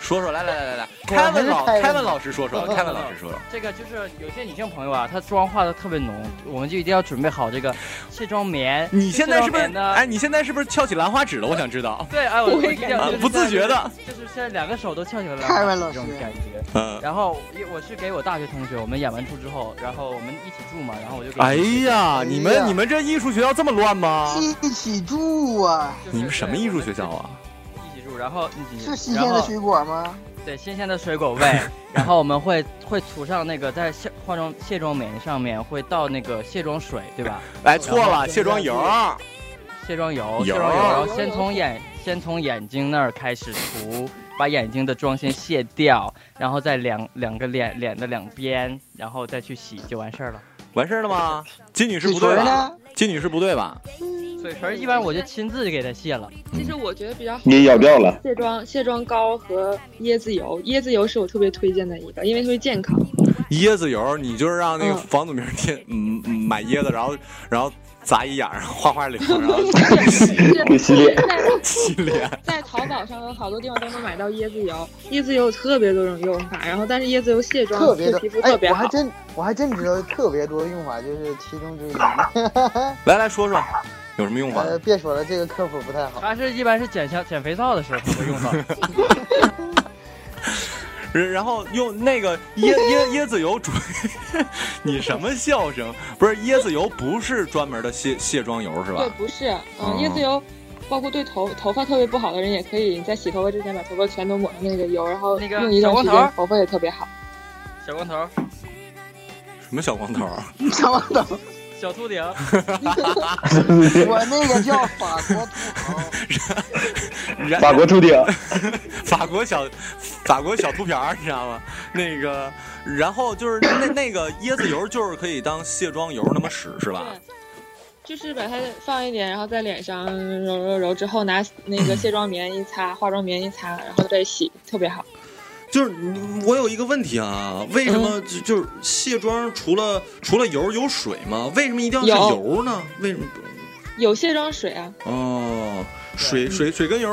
I: 说说，来来来来来，
D: 我还
I: 凯
D: 是
I: 文老
D: 凯文
I: 凯文老师说说，凯文老师说说。
D: 这个就是有些女性朋友啊，她妆化的特别浓，我们就一定要准备好这个卸妆棉。
I: 你现在是不
D: 卸妆棉
I: 是
D: 呢？
I: 哎？你现在是不是翘起兰花指了？我想知道。
D: 对，哎，我
I: 我
D: 我
I: 也
D: 一定
I: 感觉
D: 要就是
I: 啊不自觉的，
D: 就是现在两个手都翘起来了，
G: 凯文老师
D: 这种感觉。
I: 嗯
D: 然后我我是给我大学同学，我们演完出之后，然后我们一起住嘛，然后我就给
I: [LAUGHS] 哎 [LAUGHS] 呀，你
D: 哎
I: 们
D: 呀
I: 你们这艺术学校这么乱吗？
G: 一起住啊，
I: 你们什么艺术学校啊？
D: 一起住，然后一起
G: 是新
D: 然
G: 鲜的
D: 后
G: 水果吗？
D: 对，新鲜的水果
I: [LAUGHS]
D: 味。然后我们会会涂上那个在卸化妆卸妆棉上面会倒那个卸妆水，对吧？
I: 哎错了
D: 然后
I: 卸妆油儿
D: 卸妆油，
I: 油
D: 卸妆油，然后先从眼先从眼睛那儿开始涂，把眼睛的妆先卸掉，然后在两两个脸脸的两边，然后再去洗就完事儿了。
I: 完事儿了吗？ [LAUGHS] 金女士不对
D: 嘴唇
I: 吧
D: 呢？
I: 金女士不对吧？
D: 嘴唇一般我就亲自给它卸了。
F: 其实我觉得比较好，
I: 你也咬掉了
F: 卸妆卸妆膏和椰子油，椰子油是我特别推荐的一个，因为特别健康。
I: 椰子油，你就是让那个
F: 嗯
I: 房祖名贴，嗯，嗯买椰子，然后然后砸一眼，然后画画脸，
F: [LAUGHS]
I: 然后
F: 是
I: 洗脸
F: 现在
I: 洗脸。
F: 在淘宝上有好多地方都能买到椰子油，椰子油有特别多种用法，然后但是椰子油卸妆
G: 特别
F: 对
G: 的
F: 皮肤，
G: 哎
F: 特别，
G: 我
F: 好。
G: 还真我还真知道特别多的用法，就是其中之一。
I: 来来说说，有什么用法？
G: 呃，别说了，这个科普不太好。
I: [LAUGHS]
D: 它是一般是减香减肥皂的时候才会用到。
I: 然然后用那个椰椰椰子油主， [LAUGHS] 你什么笑声？不是椰子油不是专门的卸卸妆油是吧
F: 对，？不是，嗯
I: 哦，
F: 椰子油，包括对头头发特别不好的人也可以，你在洗头发之前把头发全都抹上那个油，然后
D: 那个
F: 用一
D: 小光
F: 段时
D: 头
F: 间，头发也特别好。
D: [LAUGHS] 小光头，
I: 什么小光头？ [LAUGHS]
G: 小光头，
D: 小秃顶，
G: 我那个叫法国
I: 然
K: 法国秃顶，
I: [LAUGHS] 法国小法国小秃瓢儿，你知道吗？那个，然后就是那那个椰子油就是可以当卸妆油那么使是吧？
F: 就是把它放一点，然后在脸上揉揉揉之后，拿那个卸妆棉一擦，化妆棉一擦，然后再洗，特别好。
I: 就是你我有一个问题啊，为什
F: 嗯
I: 么就就是卸妆除了除了油有水吗？为什么一定要是
F: 有
I: 油呢？为什么不？
F: 有卸妆水啊，
I: 哦，水水水跟油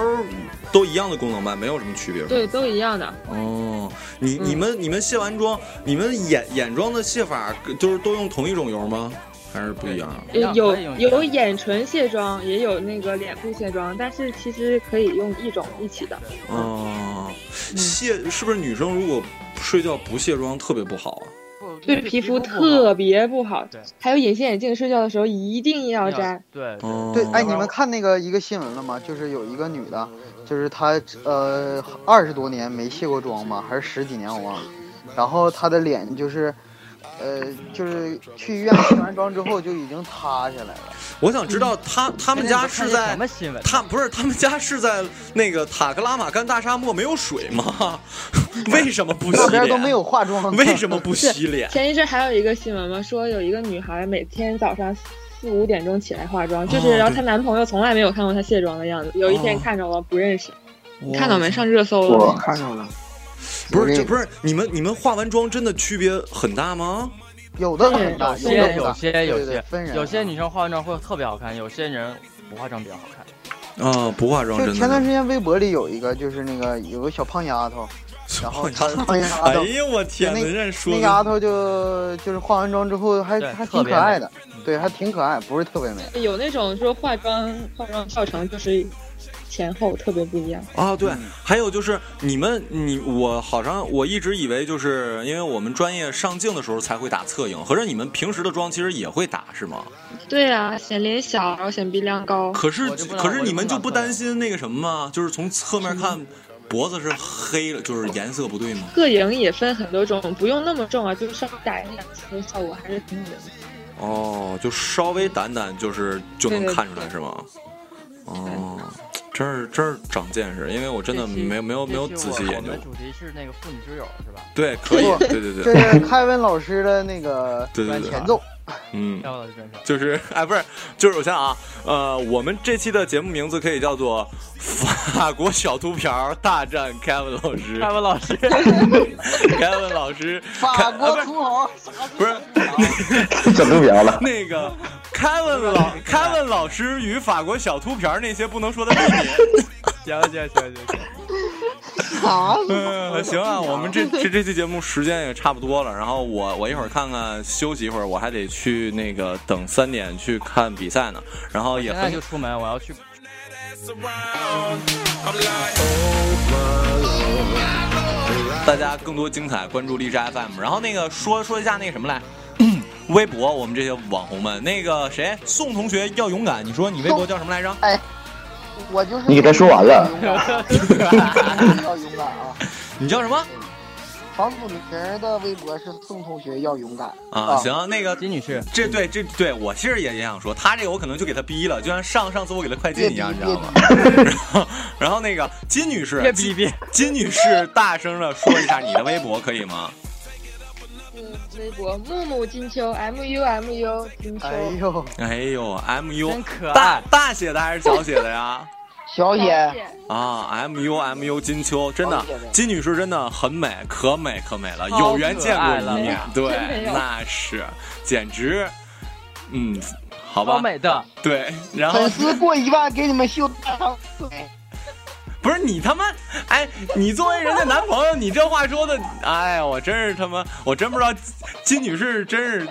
I: 都一样的功能吧，没有什么区别。
F: 对，。都一样的。
I: 哦，你你们你们卸完妆，你们眼眼妆的卸法就是都用同一种油吗？还是不一样啊？
F: 呃有有眼唇卸妆，也有那个脸部卸妆，但是其实可以用一种一起的。
I: 哦，
G: 嗯
I: 卸是不是女生如果睡觉不卸妆特别不好啊？
F: [LAUGHS] 对皮肤特别不好。还有隐形眼镜，睡觉的时候一定要摘。
D: 对
I: 啊嗯
G: 对，哎，你们看那个一个新闻了吗？就是有一个女的，就是她呃二十多年没卸过妆吧，还是十几年我忘了。然后她的脸就是，呃，就是去医
I: [LAUGHS]
G: 院卸完妆之后就已经塌下来了。
I: 我想知道他他
D: 哎
I: 们家是在
G: 什么
D: 新闻？
I: [LAUGHS] 他不是他们家是在那个塔克拉玛干大沙漠没有水吗？ [LAUGHS] 为什么不洗
G: 那边
I: 脸？
G: 都没有化妆，
I: 为什么不洗脸？
F: 前一阵还有一个新闻嘛，说有一个女孩每天早上四五点钟起来化妆，就是、
I: 哦
F: 然后她男朋友从来没有看过她卸妆的样子，有一天
I: 哦
F: 看着了不认识，
I: 哇
F: 你看到没？上热搜
I: 我
F: 了。
I: 看
G: 着了。
I: 不是，这不是你们你们化完妆真的区别很大吗？
G: 有
D: 有
G: 的很大，的
D: 些
G: 很大
D: 有些
G: 对
D: 有
G: 对对
D: 些
G: 分
I: 啊
G: 人
D: 有些女生化完妆会特别好看，有些人不化妆比较好看。
I: 啊，不化妆
G: 就
I: 真
G: 前
I: 的
G: 段。时间微博里有一个，就是那个有个小胖丫 [LAUGHS] 头，然后她胖丫头，
I: [LAUGHS] 哎呦我天哪，
G: 那
I: 人家说
G: 那
I: 的
G: 丫头就就是化完妆之后还还挺可爱的，对，还挺可爱，不是特别美。
F: 有那种说化妆化妆教程就是前后特别不一样。
I: 啊，对，还有就是你们，你我好像我一直以为就是因为我们专业上镜的时候才会打侧影，合着你们平时的妆其实也会打是吗？
F: 对啊，显脸小，然后显鼻梁高。
I: 可是可是你们就不担心那个什么吗？就是从侧面看脖子是黑了，就是颜色不对吗？
F: 个影也分很多种，不用那么重啊，就是稍微打一点，其实效果还是挺有的。
I: 哦，就稍微掸掸，就是就能
F: 对对
I: 看出来是吗？哦，真是真是长见识，因为我真的
D: 这期
I: 没有没有没有
D: 这期
I: 仔细
D: 我
I: 研
D: 我
I: 究
D: 们。主题是那个妇女之友是吧？
I: 对，可以，对对
G: 这是啊凯文老师的那 [LAUGHS] 个
I: 对对对
G: 前奏，
I: 嗯，
D: 要的是真是
I: 就是哎，不是，就是我想想啊，呃，我们这期的节目名字可以叫做《法国小秃瓢大战凯文老师》。
D: 凯文老师，
I: 凯文老师，
G: 法国秃头，
I: 不是
K: 小秃瓢了。
I: 那个凯文老凯文老师与法国小秃瓢那些不能说的秘密。
D: 行行行行行，
H: 啊，
I: 嗯，行啊，我们这这这期节目时间也差不多了，然后我我一会儿看看休息一会儿，我还得去那个等三点去看比赛呢，然后也
D: 现在
I: 很
D: 就出门，我要去。
I: 大家更多精彩关注荔枝 FM，然后那个说说一下那个什
D: [CLEARS THROAT]
I: 么来。微博，我们这些网红们，那个谁，宋同学要勇敢。你说你微博叫什么来着？
D: 呃
G: 哎，我就是
I: 你给他说完了
G: 要勇敢啊！
I: 你叫什么？
G: 房祖名的微博是宋同学要勇敢
D: 哦
I: 啊，行，那个金女士，这对这对我其实也也想说，他这个我可能就给他逼了，就像上上次我给他快进一样，你
D: [LAUGHS]
I: 知道吗？然后然后那个金女士，
D: 别逼
I: 金金女士大声的说一下你的微博可以吗？
F: 微博木木金秋 M U M U 金秋，
G: 呦，
I: 哎呦，M U，
F: 真可爱
I: 大大写的还是小写的呀？
H: 哎
G: 小
F: 野，
I: 啊，M U M U 金秋，真的，金女士真的很美，可美可美了，
B: 超
I: 有缘见过
B: 可爱
I: 一面
B: 了，
I: 对
B: 真没，有
I: 那是，简直，嗯，好吧，
D: 超美的，
I: 对，然后
G: 粉丝哎过一万给你们秀大长腿，
I: 不是你他妈，哎，你作为人家男朋友，你这话说的，哎呀，我真是他妈，我真不知道金女士真是，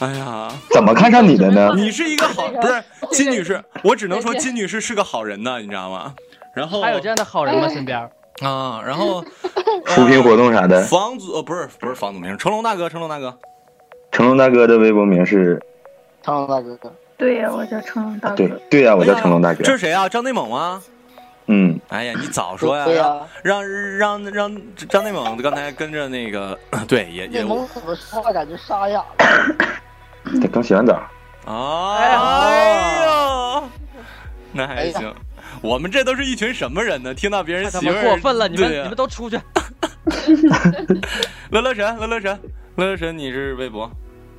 I: 哎呀，
K: 怎么看上你的呢？
I: 你是一个好，不是金女士，我只能说金女士是个好人呢，你知道吗？
D: [LAUGHS]
I: 然后
D: 还有这样的好人吗？身边？
I: 啊，然后
K: 扶贫活动啥的。
I: 房祖呃不是不是房祖名，成龙大哥，成龙大哥，
K: 成龙大哥的微博名是，
G: 成龙大哥哥，
N: 对呀，我叫成龙大
K: 对对呀、我叫成龙大哥
I: 哎这。是谁啊？张内蒙吗？
K: 嗯，
I: 哎呀，你早说呀
H: 啊
G: 对啊呀！
I: 让让让让张内蒙刚才跟着那个， [CLEARS THROAT] 对，也
G: 内
I: 也
G: 蒙怎么说话感觉沙哑？ [LAUGHS]
K: 他刚洗完澡。
I: 啊，哎呦，那还
G: 哎
I: 行。我们这都是一群什么人呢？听到别人
D: 太他
I: 媳
D: 妈
I: 妇儿
D: 过分了！你们
I: 对呀啊
D: 你们都出去。
I: 乐乐神，乐乐神，乐乐神，你是微博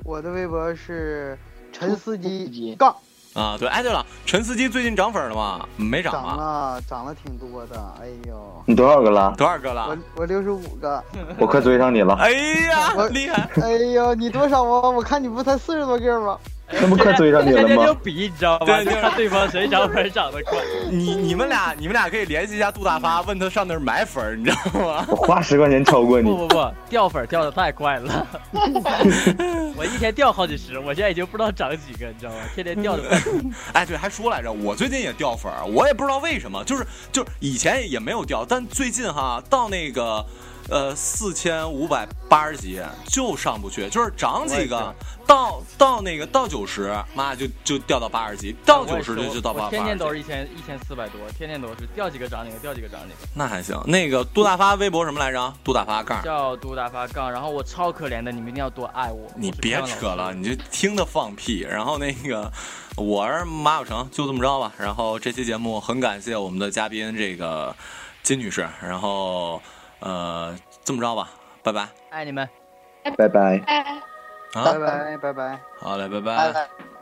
G: 我的微博是陈司机杠
I: 啊？对，哎，对了，陈司机最近涨粉了吗？没涨啊
G: 涨啊
I: 吧？
G: 了，啊涨了挺多的，哎呦，
K: 你多少个了？
I: 多少个了？
G: 我我六十五个，
K: 我快追上你了，
I: 哎呀，厉害！
G: 哎呦，你多少啊？我看你不才四十多个吗？
K: 那不快追上你了
D: 天天就
K: 吗？
D: 比，你知道吗？
I: 对啊
D: 就
I: 就是
D: 看对方谁涨粉涨得快。
I: 你你们俩你们俩可以联系一下杜大发，问他上那儿买粉儿，你知道吗？
K: 我花十块钱超过你
D: 不。不不，掉粉掉的太快了，我一天掉好几十，我现在已经不知道涨几个，你知道吗？天天掉的。
I: 哎，对，还说来着，我最近也掉粉儿，我也不知道为什么，就是就是以前也没有掉，但最近哈到那个。呃，四千五百八十级就上不去，就是涨几
D: 我也
I: 个，到到那个到九十，妈就就掉到八十级，到九十就就到
D: 我
I: 八
D: 天
I: 八
D: 天
I: 十
D: 都
I: 级，
D: 是一千一千四百多，天天都是掉几个涨几个，掉几个涨几个。
I: 那还行。那个杜大发微博什么来着？杜大发杠，
D: 叫杜大发杠，然后我超可怜的，你们一定要多爱我。
I: 你
D: 我是
I: 别
D: 杠
I: 扯
D: 老师
I: 了，你就听他放屁。然后那个，我是马小成，就这么着吧。然后这期节目很感谢我们的嘉宾这个金女士。然后呃，这么着吧，拜拜。
D: 爱你们。
K: 拜拜。
I: 啊，
G: 拜拜拜拜
I: 好嘞，拜
G: 拜拜。